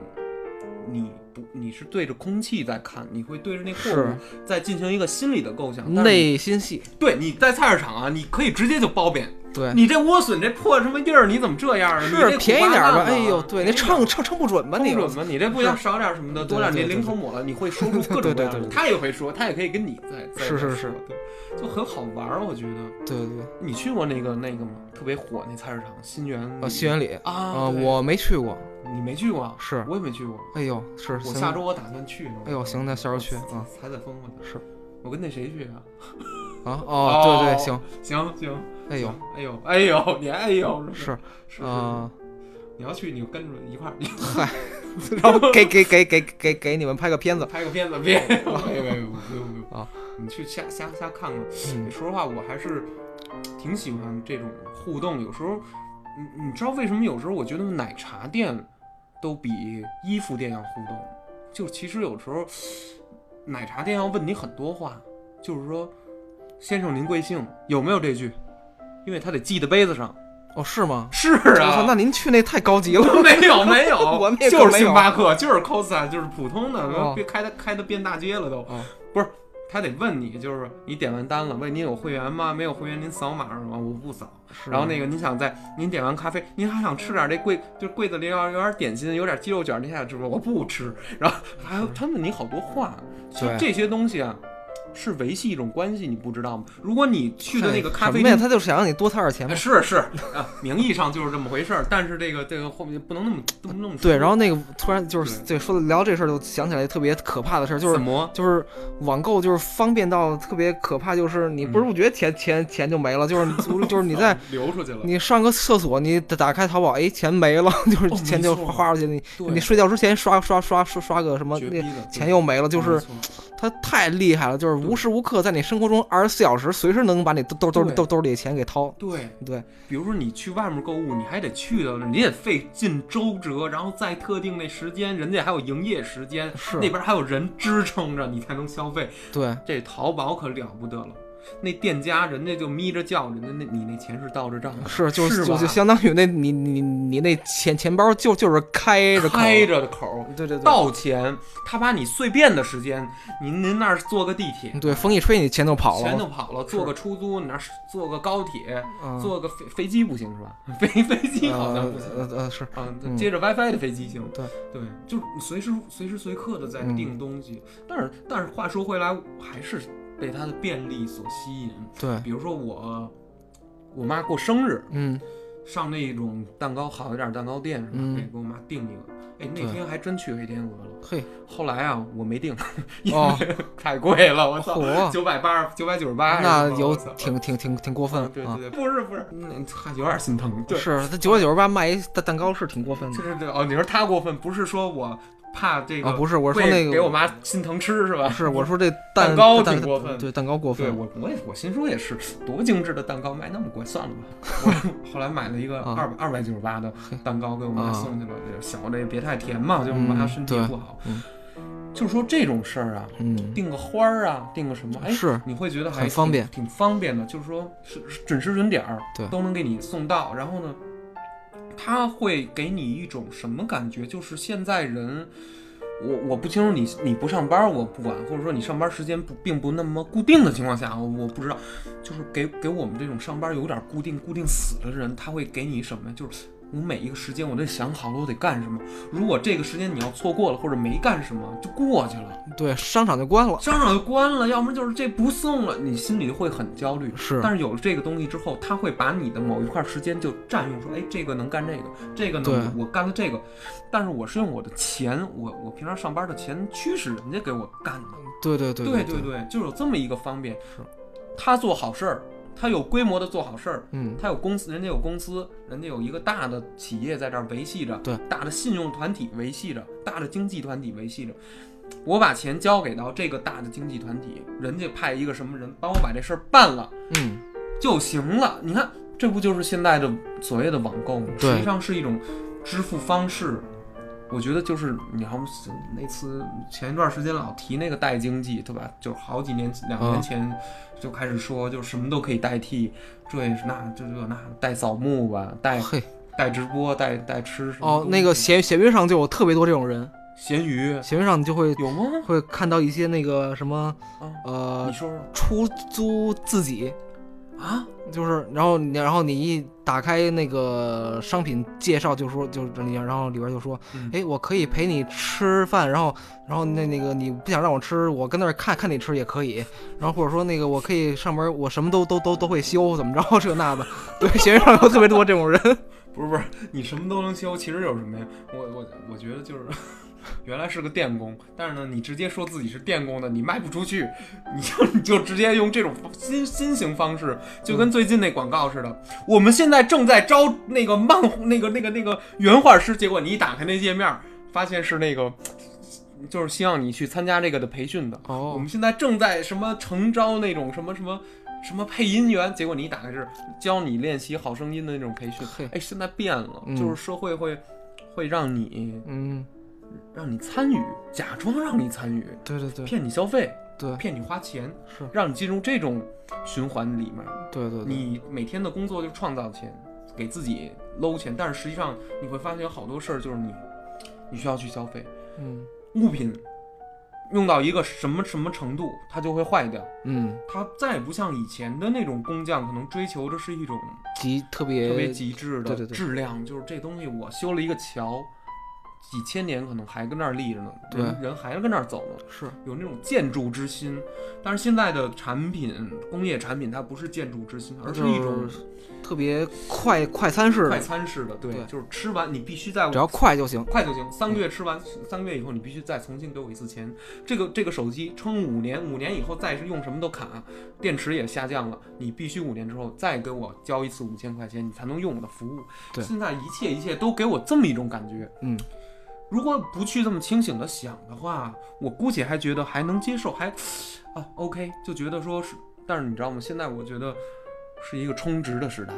A: 你不你是对着空气在看，你会对着那货
B: 是
A: 物在进行一个心理的构想，但是
B: 嗯
A: 你
B: 内心戏，
A: 对你在菜市场啊，你可以直接就褒贬。
B: 对，
A: 你这莴笋这破什么印儿，你怎么这样啊？你这
B: 哎是便宜点儿吧？哎呦，对，
A: 那
B: 那称称称不准吧？你
A: 不准吗？啊你这不行，少点什么的，多点，
B: 对对
A: 你
B: 对
A: 零头抹了，你会说出各种
B: 对
A: 各
B: 对
A: 样
B: 对
A: 的。
B: 对
A: 他也会说，他也可以跟你在在
B: 是是
A: 在
B: 是
A: 说，对，就很好玩儿。我觉得
B: 对对对，
A: 你去过那个那个吗？特别火那菜市场新源
B: 呃，西园里，
A: 啊，
B: 呃，
A: 对
B: 我没去过，
A: 你没去过啊，
B: 是，
A: 我也没去过。
B: 哎呦，是，
A: 我
B: 行哎
A: 下周我打算去呢。 *laughs*
B: 哎呦行那下周去
A: 啊
B: 啊，
A: 踩踩风吧。
B: 是，
A: 我跟那谁去啊？
B: 啊哦，对
A: 哦
B: 对，行，
A: 行行，
B: 哎呦
A: 行，哎呦，哎呦，你哎呦，是
B: 是，
A: 是是 *laughs*
B: 嗯，
A: 你要去你就跟着一块儿，你
B: 然后 *laughs* 给给给给给给你们拍个片子，
A: 拍个片子别，哦没有没有没有没有没有
B: 啊，
A: 你去瞎瞎瞎看看。
B: 嗯
A: 说实话，我还是挺喜欢这种互动。有时候，你你知道为什么？有时候我觉得奶茶店都比衣服店要互动。就其实有时候，奶茶店要问你很多话，就是说，先生您贵姓？有没有这句？因为他得记在杯子上。
B: 哦，是吗？
A: 是
B: 我操，
A: 啊，
B: 那您去那太高级了，
A: 没有没有，
B: 我们也
A: 就
B: 可
A: 是
B: 没
A: 星
B: 有
A: 巴克，就是 Costa，就是普通的，
B: 哦
A: 别开的开的遍大街了都。
B: 哦
A: 不是，他得问你，就是你点完单了，问您有会员吗？没有会员您扫码吗？我不扫。
B: 是
A: 然后那个您想在您点完咖啡，您还想吃点这柜，就是柜子里要有点点心，有点鸡肉卷儿，您想吃吗？我不吃。然后还有他问你好多话，就
B: 对
A: 这些东西啊。是维系一种关系，你不知道吗？如果你去的那个
B: 哎
A: 咖
B: 什
A: 啡
B: 么呀
A: 厅，
B: 他就是想让你多掏点钱嘛
A: 哎。是是啊，名义上就是这么回事儿，但是这个这个后面不能那么不能那么
B: 对，然
A: 后
B: 后那个突然就是对说聊这事儿，就想起来特别可怕的事儿，就是
A: 怎么
B: 就是网购就是方便到特别可怕，就是你
A: 嗯
B: 不知不觉钱钱钱就没了，就是你就是你
A: *laughs*
B: 在
A: 流出去了？
B: 你上个厕所，你打打开淘宝，哎，钱没了， *laughs* 就是
A: 哦
B: 钱
A: 没
B: 就
A: 错
B: 花花出去，你
A: 对
B: 你睡觉之前刷刷刷刷刷个什么
A: 绝逼
B: 那。
A: 的
B: 钱又没了，
A: 对
B: 就
A: 没
B: 是
A: 错
B: 它太厉害了，就是无时无刻在你生活中二十四小时，随时能把你兜兜兜
A: 对
B: 兜兜里的钱给掏。
A: 对，
B: 对，
A: 比如说你去外面购物，你还得去到那儿，你也费尽周折，然后在特定那时间，人家还有营业时间，
B: 是
A: 那边还有人支撑着，你才能消费。
B: 对，
A: 这淘宝可了不得了，那店家人家就眯着觉，人家那你那钱是到着账的，
B: 是就是就
A: 吧
B: 就相当于那你你你那钱钱包就就是开着口
A: 开着的口儿。
B: 对对对，
A: 到钱，他把你碎片的时间，您您那儿坐个地铁，
B: 嗯对风一吹你钱就跑了
A: 全
B: 嘛，
A: 都跑了，坐个出租，你那儿坐个高铁，
B: 嗯
A: 坐个飞飞机不行是吧？ *laughs* 飞飞机好像不行。
B: 呃呃呃是
A: 啊，
B: 嗯
A: 接着 WiFi 的飞机行，
B: 对
A: 对，就是随时随时随刻的在
B: 嗯
A: 订东西，但是但是话说回来，还是被它的便利所吸引。
B: 对，
A: 比如说我我妈过生日，
B: 嗯
A: 上那种蛋糕好一点蛋糕店什么
B: 嗯
A: 的，给给我妈订一个。哎，那
B: 对
A: 天还真去黑天鹅了。
B: 嘿
A: 后来啊，我
B: *laughs*
A: 没订，因
B: 哦
A: 为太贵了，我 *laughs* 操，
B: 嚯，
A: 九百八十，九百九十八，
B: 啊那有
A: 我操
B: 挺挺挺挺过分
A: 嗯对
B: 啊
A: 对，对，不是不是，那还有点心疼，对，
B: 是他九百九十八卖一蛋蛋糕是挺过分
A: 就
B: 的
A: 是这个哦，你说他过分，不是说我怕这个
B: 啊，不是我是说
A: 贵
B: 那个
A: 给我妈心疼吃是吧？
B: 是我说这
A: *laughs* 蛋糕
B: 蛋
A: 挺过分
B: 对蛋糕过
A: 对
B: 分，
A: 我我也我心说也是，多精致的蛋糕卖那么贵，算了吧。
B: *laughs*
A: 我后来买了一个
B: 啊
A: 二百二百九十八
B: *laughs*
A: 的蛋糕给我妈
B: 啊
A: 送去了，这小的也别太甜嘛，就是我妈
B: 嗯
A: 身体
B: 对
A: 不好
B: 嗯。
A: 就说这种事儿啊，
B: 嗯
A: 订个花儿啊，订个什么，哎，
B: 是
A: 你会觉得还
B: 很方
A: 挺
B: 便
A: 挺方便的。就是说是是准时准点儿，
B: 对
A: 都能给你送到。然后呢，它会给你一种什么感觉？就是现在人，我我不清楚你你不上班我不管，或者说你上班时间不并不那么固定的情况下，我我不知道，就是给给我们这种上班有点固定固定死的人，他会给你什么呀？就是。我每一个时间我得想好了，我得干什么。如果这个时间你要错过了或者没干什么，就过去了。
B: 对商场就关了，
A: 商场就关了，要么就是这不送了，你心里会很焦虑。
B: 是
A: 但是有了这个东西之后，它会把你的某一块时间就占用，说，哎，这个能干这个，这个能我干了这个，但是我是用我的钱，我我平常上班的钱驱使人家给我干的。
B: 对对对
A: 对
B: 对，
A: 对，就是有这么一个方便。
B: 是，
A: 他做好事儿，他有规模的做好事儿，
B: 嗯
A: 他有公司，人家有公司，人家有一个大的企业在这儿维系着，
B: 对，
A: 大的信用团体维系着，大的经济团体维系着。我把钱交给到这个大的经济团体，人家派一个什么人帮我把这事儿办了
B: 嗯
A: 就行了。你看，这不就是现在的所谓的网购吗？
B: 对
A: 实际上是一种支付方式。我觉得就是你看那次前一段时间老提那个代经济，对吧？就是好几年两
B: 啊
A: 年前就开始说，就什么都可以代替，这也是那这这那代扫墓吧，代
B: 嘿
A: 代直播，代代吃哎什么
B: 哦
A: 东西
B: 那个闲闲鱼上就有特别多这种人，
A: 咸鱼
B: 闲鱼上你就会
A: 有吗？
B: 会看到一些那个什么
A: 啊，
B: 呃
A: 你说说
B: 出租自己，
A: 啊？
B: 就是然后你然后你一打开那个商品介绍，就说就是里然后里边就说
A: 嗯，
B: 哎、我可以陪你吃饭，然后然后那那个你不想让我吃，我跟那儿看看你吃也可以，然后或者说那个我可以上门，我什么都都都都会修，怎么着 *laughs* 这那的，对，闲鱼上有特别多这种人，
A: *laughs* 不是不是，你什么都能修，其实有什么呀？我我我觉得就是 *laughs* 原来是个电工，但是呢，你直接说自己是电工的，你卖不出去，你就 *laughs* 你就直接用这种新新型方式，就跟最近那广告似的。我们现在正在招那个漫那个那个那个原画师，结果你一打开那界面，发现是那个，就是希望你去参加这个的培训的。我
B: 哦
A: 们现在正在什么诚招那种什么什么什么配音员，结果你一打开是教你练习好声音的那种培训。
B: 嘿，
A: 哎，现在变了，
B: 嗯
A: 就是社会会会让你
B: 嗯，
A: 让你参与，假装让你参与，
B: 对对对
A: 骗你消费，
B: 对
A: 骗你花钱，
B: 是
A: 让你进入这种循环里面。
B: 对对对，
A: 你每天的工作就是创造钱，给自己搂钱，但是实际上你会发现有好多事儿就是你你需要去消费
B: 嗯
A: 物品。用到一个什么什么程度，它就会坏掉。
B: 嗯，
A: 它再也不像以前的那种工匠，可能追求的是一种
B: 极特别
A: 特别极致的
B: 对对对
A: 质量，就是这东西我修了一个桥，几千年可能还跟那儿立着呢，
B: 对
A: 人人还跟那儿走呢，
B: 是
A: 有那种建筑之心。但是现在的产品，工业产品，它不是建筑之心，而是一种
B: 就是特别快快餐式
A: 快
B: 的，
A: 餐式的，对，
B: 对
A: 就是吃完你必须在
B: 只要快就行。
A: 快就行，三个
B: 嗯
A: 月吃完，三个月以后你必须再重新给我一次钱。这个这个手机撑五年，五年以后再是用什么都卡，电池也下降了，你必须五年之后再给我交一次五千块钱，你才能用我的服务。
B: 对
A: 现在一切一切都给我这么一种感觉，
B: 嗯，
A: 如果不去这么清醒的想的话，我姑且还觉得还能接受，还啊 OK，就觉得说是，但是你知道吗？现在我觉得是一个充值的时代，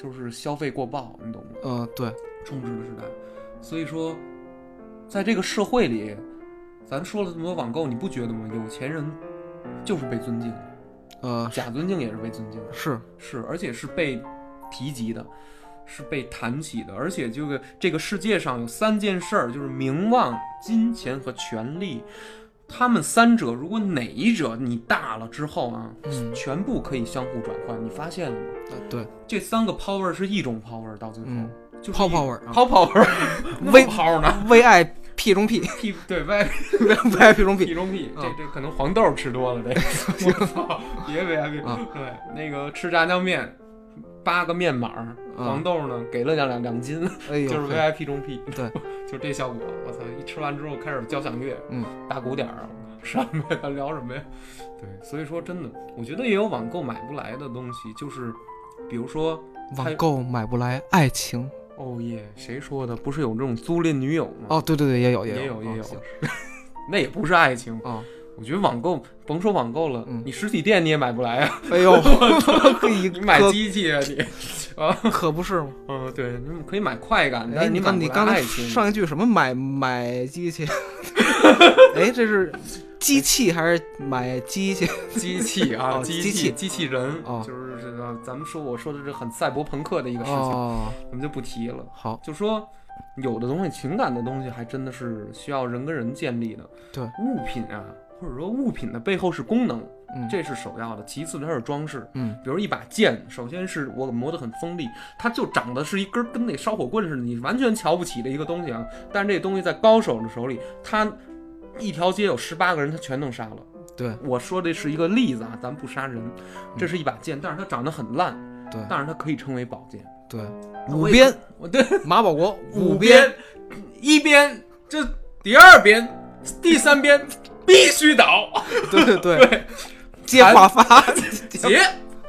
A: 就是消费过爆，你懂吗？
B: 呃，对，
A: 充值的时代。所以说，在这个社会里，咱说了这么多网购，你不觉得吗？有钱人就是被尊敬的，
B: 呃，
A: 假尊敬也是被尊敬的，
B: 是，
A: 是，而且是被提及的，是被谈起的。而且这个这个世界上有三件事儿，就是名望、金钱和权力。他们三者，如果哪一者你大了之后啊，
B: 嗯，
A: 全部可以相互转换。你发现了吗？
B: 呃对，
A: 这三个 power 是一种 power，到最后、
B: 嗯
A: 就是
B: 泡
A: 一
B: 泡味儿啊
A: 泡泡味儿，
B: 微
A: 微嗯 *laughs* 泡呢
B: ，V I P 中
A: *laughs*
B: P，V
A: ？P 对外
B: I P 中 P，
A: P 中 P，
B: 啊
A: 这这可能黄豆吃多了，这嗯我操，嗯别 VIP
B: 啊
A: 对，那个吃炸酱面，八个面码儿，
B: 啊
A: 黄豆呢给了两两两斤，
B: 哎呦，
A: 就是 VIP 中 P，
B: 对，
A: *laughs* 就这效果，我操，一吃完之后开始交响乐，
B: 嗯，
A: 大鼓点儿，什么呀，聊什么呀？对，所以说真的，我觉得也有网购买不来的东西，就是比如说。
B: 网购买不来爱情。
A: 哦耶，谁说的？不是有这种租赁女友吗？
B: 哦，对对对，也有
A: 嗯也
B: 有
A: 有也有
B: 哦行，
A: *laughs* 那也不是爱情。
B: 啊，
A: 我觉得网购，甭说网购了，
B: 嗯
A: 你实体店你也买不来啊，
B: 哎
A: *laughs*
B: 呦， *laughs* 可以
A: 你买
B: 可
A: 机器啊你。
B: 可不
A: *laughs*
B: 是吗？
A: 嗯，对，你可以买快感，
B: 哎，
A: 但是
B: 你
A: 买
B: 刚
A: 不
B: 你
A: 来
B: 刚才
A: 爱情。
B: 上一句什么买买机
A: *laughs*
B: 器？哎，这是机器还是买机器？
A: 机器啊，
B: 哦
A: 机
B: 机器
A: 机器人，
B: 哦
A: 就是这个，咱们说我说的是很赛博朋克的一个事情，
B: 哦，
A: 咱们就不提了。
B: 好，
A: 就说有的东西，情感的东西，还真的是需要人跟人建立的。
B: 对，
A: 物品啊，或者说物品的背后是功能，
B: 嗯，
A: 这是首要的，其次它是装饰。
B: 嗯，
A: 比如一把剑，首先是我磨得很锋利，它就长得是一根儿跟那烧火棍似的，你完全瞧不起的一个东西啊。但是这东西在高手的手里，他一条街有十八个人，他全能杀了。
B: 对，
A: 我说的是一个例子啊，咱不杀人。这是一把
B: 嗯
A: 剑，但是它长得很烂，
B: 对
A: 但是它可以称为宝剑。
B: 对，
A: 那
B: 五
A: 我也
B: 边
A: 我对，
B: 马保国
A: 五
B: 边
A: 边，一边，这第二边，第三边必须倒，
B: *laughs* 对对对， *laughs* 接话
A: *laughs*
B: 发，
A: 结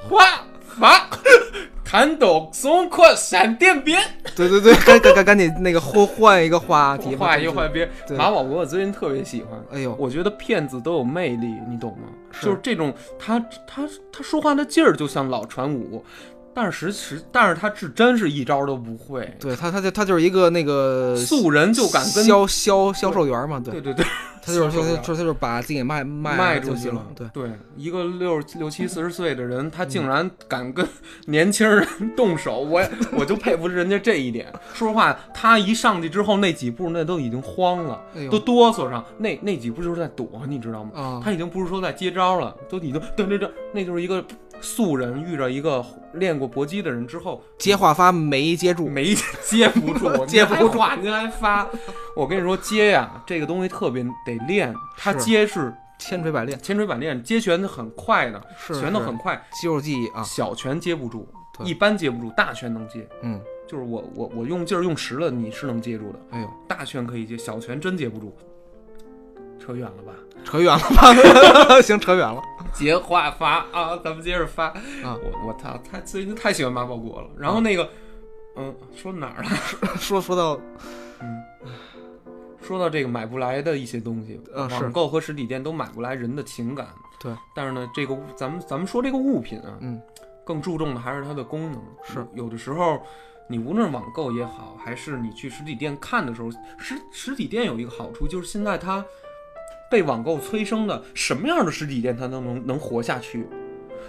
A: 花法， *laughs* 弹抖松阔闪电鞭。
B: 对对对， *laughs* 赶赶赶赶紧那个换换一个话题吧，
A: 画
B: 真
A: 一
B: 是
A: 换，别
B: 对
A: 马保国，我最近特别喜欢。
B: 哎呦，
A: 我觉得骗子都有魅力，你懂吗？
B: 是
A: 就是这种他他他说话的劲儿就像老传武，但是实实但是他是真是一招都不会，
B: 对他他就他就是一个那个
A: 素人就敢跟
B: 销销销售员嘛，对
A: 对，对对，
B: 他就是说
A: 销售
B: 他
A: 员
B: 就是他就是把自己给卖卖
A: 卖
B: 了
A: 出
B: 就
A: 去
B: 行
A: 了
B: 了，，对，嗯
A: 对，一个六六七十岁的人，他竟然敢跟 *laughs* 年轻人动手，我我就佩服人家这一点。说实话，他一上去之后那几步那都已经慌了，
B: 哎
A: 都
B: 呦
A: 哆嗦上，那那几步就是在躲，你知道吗？
B: 啊，
A: 他已经不是说在接招了，都已经对对对，那就是一个素人遇着一个练过搏击的人之后，
B: 接话发没接住，
A: 没接不
B: *laughs*
A: 住，
B: 接不住
A: 您还，您还发。我跟你说，接呀、这个东西特别得练，他
B: 是
A: 接是
B: 千锤百炼，
A: 千锤百炼，接拳很快的，
B: 是
A: 拳头很快，
B: 肌肉记忆啊，
A: 小拳接不住，
B: 对
A: 一般接不住，大拳能接。
B: 嗯，
A: 就是我我我用劲儿用实了，你是能接住的，
B: 哎呦，
A: 大拳可以接，小拳真接不住。扯远了吧？
B: 扯远了吧？ *laughs* 行，扯远了。
A: *laughs* 结话发啊，咱们接着发
B: 啊
A: 我我操，他最近太喜欢马保国了。然后那个，嗯，说哪儿了？
B: 说说到
A: 说到这个买不来的一些东西，
B: 呃是
A: 网购和实体店都买不来人的情感。
B: 对，
A: 但是呢，这个物咱们咱们说这个物品啊，
B: 嗯，
A: 更注重的还是它的功能。
B: 是
A: 有的时候，你无论网购也好，还是你去实体店看的时候，实实体店有一个好处就是现在它被网购催生的，什么样的实体店它都能能活下去，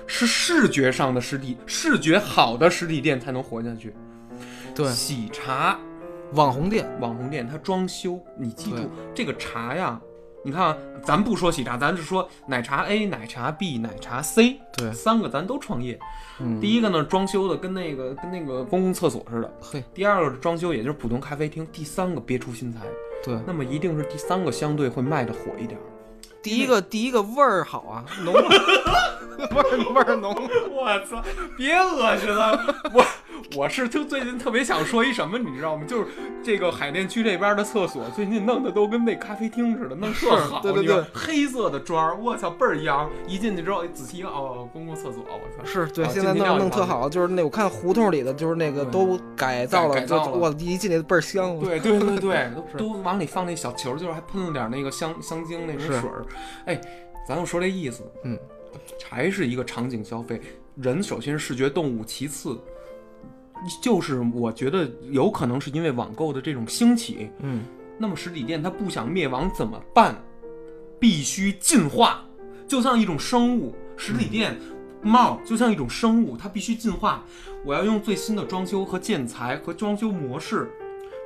A: 是视觉上的实体，视觉好的实体店才能活下去。
B: 对
A: 喜茶
B: 网红店，
A: 网红店它装修，你记
B: 对
A: 住这个茶呀，你看啊，咱不说喜茶，咱是说奶茶 A、奶茶 B、奶茶 C，
B: 对
A: 三个咱都创业。
B: 嗯
A: 第一个呢，装修的跟那个跟那个公共厕所似的；
B: 嘿，
A: 第二个装修也就是普通咖啡厅；第三个别出心裁，
B: 对，
A: 那么一定是第三个相对会卖的火一点儿。
B: 第一个第一个味儿好 *laughs* 啊，浓啊，味儿味儿浓。
A: *laughs* 我操！别恶心了，我我是就最近特别想说一什么，你知道吗？就是这个海淀区这边的厕所最近弄得都跟那咖啡厅似的，弄特好，
B: 是对对
A: 你知道
B: 对
A: 黑色的砖儿，我操倍儿洋。一进去之后，仔细一看，哦，公共厕所，我操！
B: 是对，
A: 啊
B: 现在
A: 进
B: 弄
A: 料理
B: 弄特
A: 方面
B: 好，就是那我看胡同里的，就是那个
A: 对
B: 都改造
A: 改
B: 了，
A: 改
B: 就
A: 造了
B: 我一进去倍儿香。
A: 对对对对，
B: 是 *laughs*
A: 都都往里放那小球，就是还喷了点那个香香精那种
B: 是
A: 水儿。哎，咱就说这意思，
B: 嗯，
A: 还是一个场景消费。人首先是视觉动物，其次就是我觉得有可能是因为网购的这种兴起，
B: 嗯，
A: 那么实体店它不想灭亡怎么办？必须进化，就像一种生物，实体店、帽就像一种生物，它必须进化。我要用最新的装修和建材和装修模式，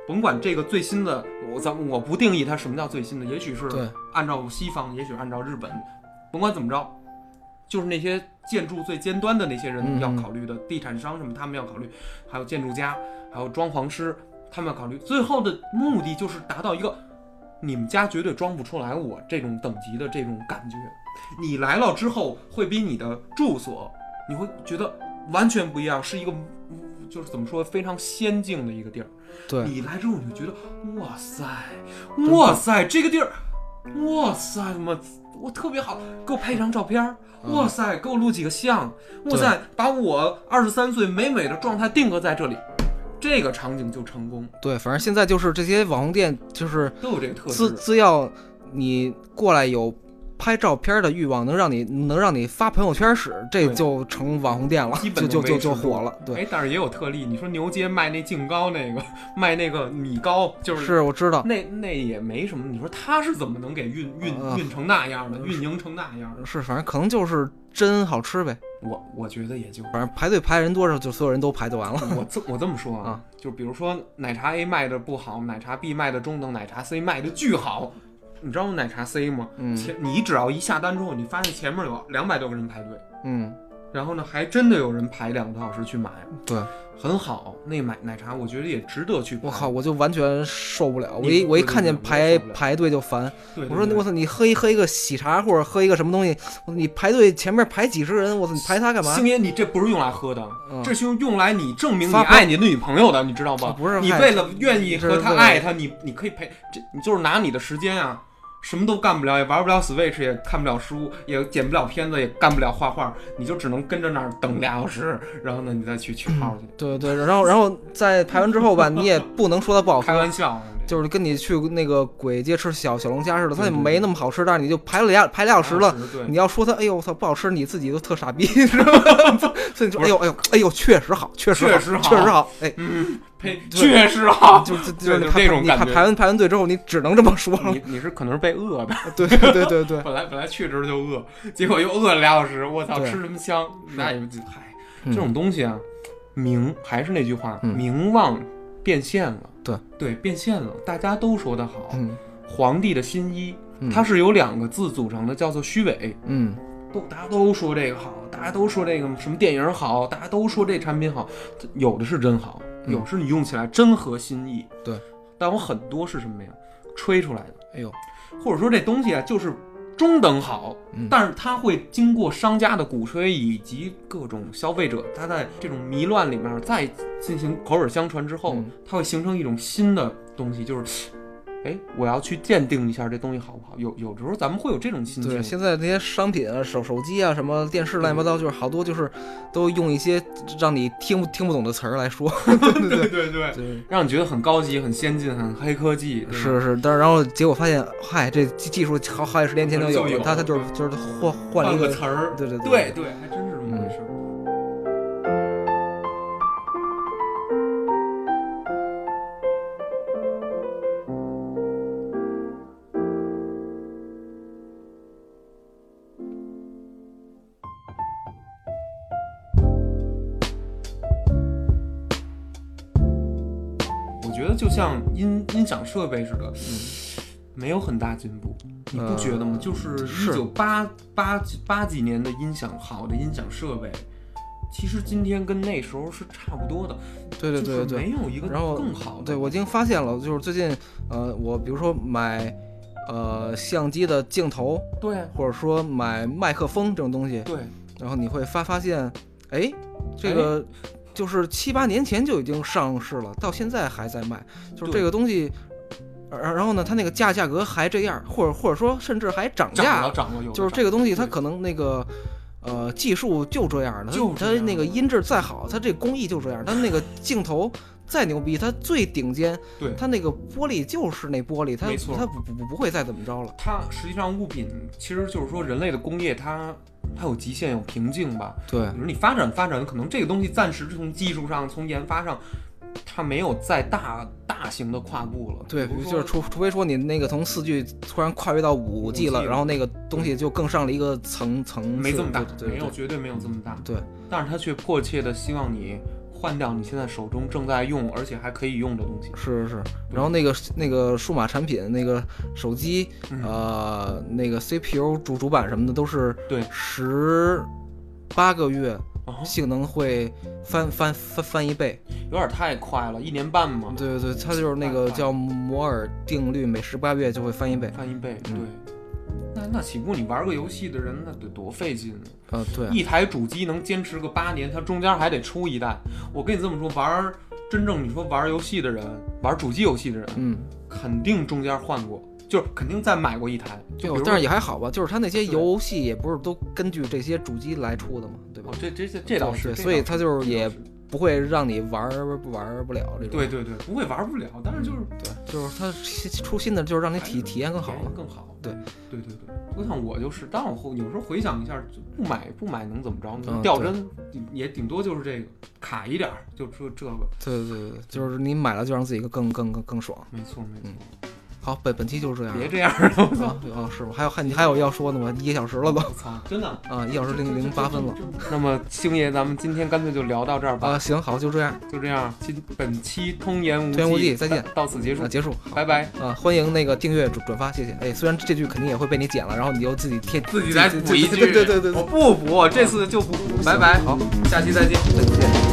A: 甭管这个最新的，我咱我不定义它什么叫最新的，也许是
B: 对
A: 按照西方，也许按照日本，甭管怎么着，就是那些建筑最尖端的那些
B: 嗯
A: 人要考虑的，地产商什么他们要考虑，还有建筑家，还有装潢师，他们要考虑。最后的目的就是达到一个，你们家绝对装不出来我这种等级的这种感觉。你来了之后，会比你的住所，你会觉得完全不一样，是一个嗯就是怎么说非常先进的一个地儿。
B: 对，
A: 你来之后你就觉得，哇塞，哇塞，这个地儿，哇塞，我我特别好，给我拍一张照片儿，
B: 嗯
A: 哇塞，给我录几个像，
B: 对
A: 哇塞，把我二十三岁美美的状态定格在这里，这个场景就成功，
B: 对，反正现在就是这些网红店，就是
A: 都有这个特
B: 只
A: 质。
B: 只要你过来有拍照片的欲望，能让你能让你发朋友圈使，这
A: 对
B: 就成网红店了，
A: 基
B: 就
A: 本
B: 就
A: 都
B: 就
A: 维
B: 就
A: 持住
B: 火了。对，
A: 哎，但是也有特例，你说牛街卖那净糕那个，卖那个米糕，就是
B: 是我知道，
A: 那那也没什么。你说他是怎么能给运运
B: 啊
A: 运成那样的，运营成那样的？
B: 是反正可能就是真好吃呗，
A: 我我觉得也就
B: 反正排队排人多少，就所有人都排队完了。
A: 我这我这么说
B: 啊，
A: 就比如说奶茶 A 卖的不好，奶茶 B 卖的中等，奶茶 C 卖的巨好。你知道奶茶 C 吗？
B: 嗯
A: 前你只要一下单之后，你发现前面有两百多个人排队，
B: 嗯，
A: 然后呢，还真的有人排两个多小时去买，
B: 对，
A: 很好。那买奶茶，我觉得也值得去排。
B: 我靠，我就完全受不了，我
A: 你
B: 一我一
A: 对对
B: 看见
A: 对我
B: 排
A: 也受不了
B: 排队就烦。
A: 对，对
B: 我说
A: 对
B: 我操，你喝一喝一个喜茶或者喝一个什么东西，我说你排队前面排几十个人，我操，你排它干嘛？
A: 星爷，你这不是用来喝的，
B: 嗯
A: 这是用用来你证明你
B: 发飙
A: 爱你的女朋友的，你知道吗？
B: 不是
A: 你
B: 爱
A: 为了愿意
B: 这是
A: 和她
B: 为了
A: 爱她，你你可以陪这，你就是拿你的时间啊，什么都干不了，也玩不了 Switch，也看不了书，也剪不了片子，也干不了画画，你就只能跟着那儿等俩小时，然后呢，你再去取号去。
B: 对对，然后然后在排完之后吧，你也不能说它不好
A: 开
B: 喝，
A: 玩笑啊，这
B: 就是跟你去那个鬼街吃小小龙虾似的，它也
A: 对对对
B: 没那么好吃，但是你就排了俩排俩小时了。，
A: 对，
B: 你要说它，哎呦我操不好吃，你自己都特傻逼，是吧？ *laughs* 所以你说，哎呦哎呦哎呦，确实好，确实好，
A: 确
B: 确
A: 实好
B: 实好，哎，
A: 嗯，呸，
B: 对
A: 确实啊好。
B: 就就就是
A: 对
B: 你
A: 就
B: 排
A: 这种
B: 你
A: 感
B: 排
A: 觉
B: 排完排完队之后，你只能这么说了。
A: *laughs* 你你是可能是被饿的，
B: *laughs* 对对对对，
A: *laughs* 本来本来去这就饿，结果又饿了俩小时，我操，
B: 对
A: 吃什么香？那也就嗨，
B: 嗯
A: 这种东西啊，名还是那句话，
B: 嗯
A: 名望变现了。
B: 对
A: 对，变现了，大家都说的好。 *laughs*
B: 嗯
A: 皇帝的新衣
B: 嗯，
A: 它是由两个字组成的，叫做虚伪。
B: 嗯，
A: 都大家都说这个好，大家都说这个什么电影好，大家都说这产品好，有的是真好，
B: 嗯
A: 有的是你用起来真合心意。
B: 对，
A: 但我很多是什么呀？吹出来的，
B: 哎呦，
A: 或者说这东西啊，就是中等好
B: 嗯，
A: 但是它会经过商家的鼓吹以及各种消费者，他在这种迷乱里面再进行口耳相传之后
B: 嗯，
A: 它会形成一种新的东西，就是，哎，我要去鉴定一下这东西好不好。有有时候咱们会有这种心
B: 对，
A: 情，
B: 现在那些商品啊、手手机啊、什么电视乱七八
A: 嗯
B: 糟，就是好多就是都用一些让你听不听不懂的词儿来说。对对
A: 对对，
B: 对，
A: 让你觉得很高级、很先进、很黑科技，对吧
B: 是是，但是然后结果发现，嗨，这技技术好好几十年前都有
A: 就有嗯
B: 了，他他就是就是换换了
A: 换
B: 一
A: 个词儿，
B: 对对
A: 对对，还真是这么回事儿。
B: 嗯
A: 我觉得就像音音响设备似的，没有很大进步，你不觉得吗？
B: 嗯呃
A: 就是一
B: 是
A: 九八八八几年的音响，好的音响设备，其实今天跟那时候是差不多的，
B: 对对对对
A: 就是
B: 对。
A: 没有一个
B: 然后
A: 更好的。
B: 对，我已经发现了，就是最近，呃，我比如说买，呃，相机的镜头，
A: 对
B: 或者说买麦克风这种东西，
A: 对，
B: 然后你会发发现，哎，这个
A: 哎
B: 就是七八年前就已经上市了，到现在还在卖，就是
A: 对
B: 这个东西，然然后呢，它那个价价格还这样，或者或者说甚至还涨
A: 涨了
B: 价，
A: 涨了有的
B: 就是
A: 涨
B: 这个东西它
A: 对
B: 可能那个。呃，技术就这样的，它
A: 就这
B: 它
A: 样
B: 那个音质再好，它这工艺就这样，它那个镜头再牛逼，它最顶尖，
A: 对
B: 它那个玻璃就是那玻璃，它
A: 没错
B: 它不不不会再怎么着了。
A: 它实际上物品其实就是说人类的工业它。它有极限，有瓶颈吧。
B: 对
A: 你说你发展发展，可能这个东西暂时从技术上、从研发上，它没有再大大型的跨步了。
B: 对
A: 比如，说
B: 就是除除非说你那个从四 G 突然跨越到五 G
A: 五
B: 了，
A: G
B: 然后那个东西就更上了一个层层次，
A: 没这么大，
B: 对
A: 没
B: 对
A: 有，绝对没有这么大。
B: 对，
A: 但是他却迫切的希望你换掉你现在手中正在用而且还可以用的东西。
B: 是是是。然后那个那个数码产品，那个手机，
A: 嗯
B: 呃，那个 CPU 主主板什么的都是
A: 对
B: 十八个月
A: 啊，
B: 性能会翻翻翻翻一倍。
A: 有点太快了，一年半嘛，
B: 对对对，它就是那个叫摩尔定律，每十八个月就会翻一倍。
A: 翻一倍。
B: 嗯
A: 对，那那岂不你玩个游戏的人那得多费劲啊！
B: 呃，对，
A: 一台主机能坚持个八年，它中间还得出一代。我跟你这么说，玩儿真正你说玩儿游戏的人，玩儿主机游戏的人，
B: 嗯。
A: 肯定中间换过，就是肯定再买过一台。就
B: 对
A: 比，如
B: 但
A: 说
B: 是也还好吧，就是它那些
A: 对
B: 游戏也不是都根据这些主机来出的嘛，对吧
A: 哦，？这这这这倒
B: 对
A: 是，
B: 对
A: 这
B: 所以
A: 倒
B: 它就是
A: 这倒
B: 也
A: 是
B: 不会让你玩儿玩儿不了这种。
A: 对对对，不会玩儿不了，但是就是
B: 嗯对，就是它新出新的，就是让你体体验更好嘛。
A: 哎更好。
B: 对
A: 对对对，就像我就是，但我后有时候回想一下，就不买不买能怎么着呢？
B: 嗯
A: 掉帧也顶多就是这个卡一点儿，就这这个。
B: 对对对对，就是你买了就让自己更更更更爽。
A: 没错没错，
B: 好，本本期就是这样。
A: 别这样了，我操！
B: 啊，对啊，是吗？还有还你还有要说的吗？一个小时了吧？
A: 我操，真的。
B: 啊，一小时零零八分了。
A: 那么星爷，咱们今天干脆就聊到这儿吧，
B: 啊，行，好，就这样，
A: 就这样，今本期通言无
B: 通言无忌再见
A: 到到此结束
B: 啊，，结束。好
A: 拜拜。
B: 啊，欢迎那个订阅转转发，谢谢。哎，虽然这句肯定也会被你剪了，然后你又自己贴
A: *laughs* 自己来补一句，
B: 对对对对对
A: 我不补，这次就不补，拜拜，
B: 好，
A: 下期再见。
B: 再见。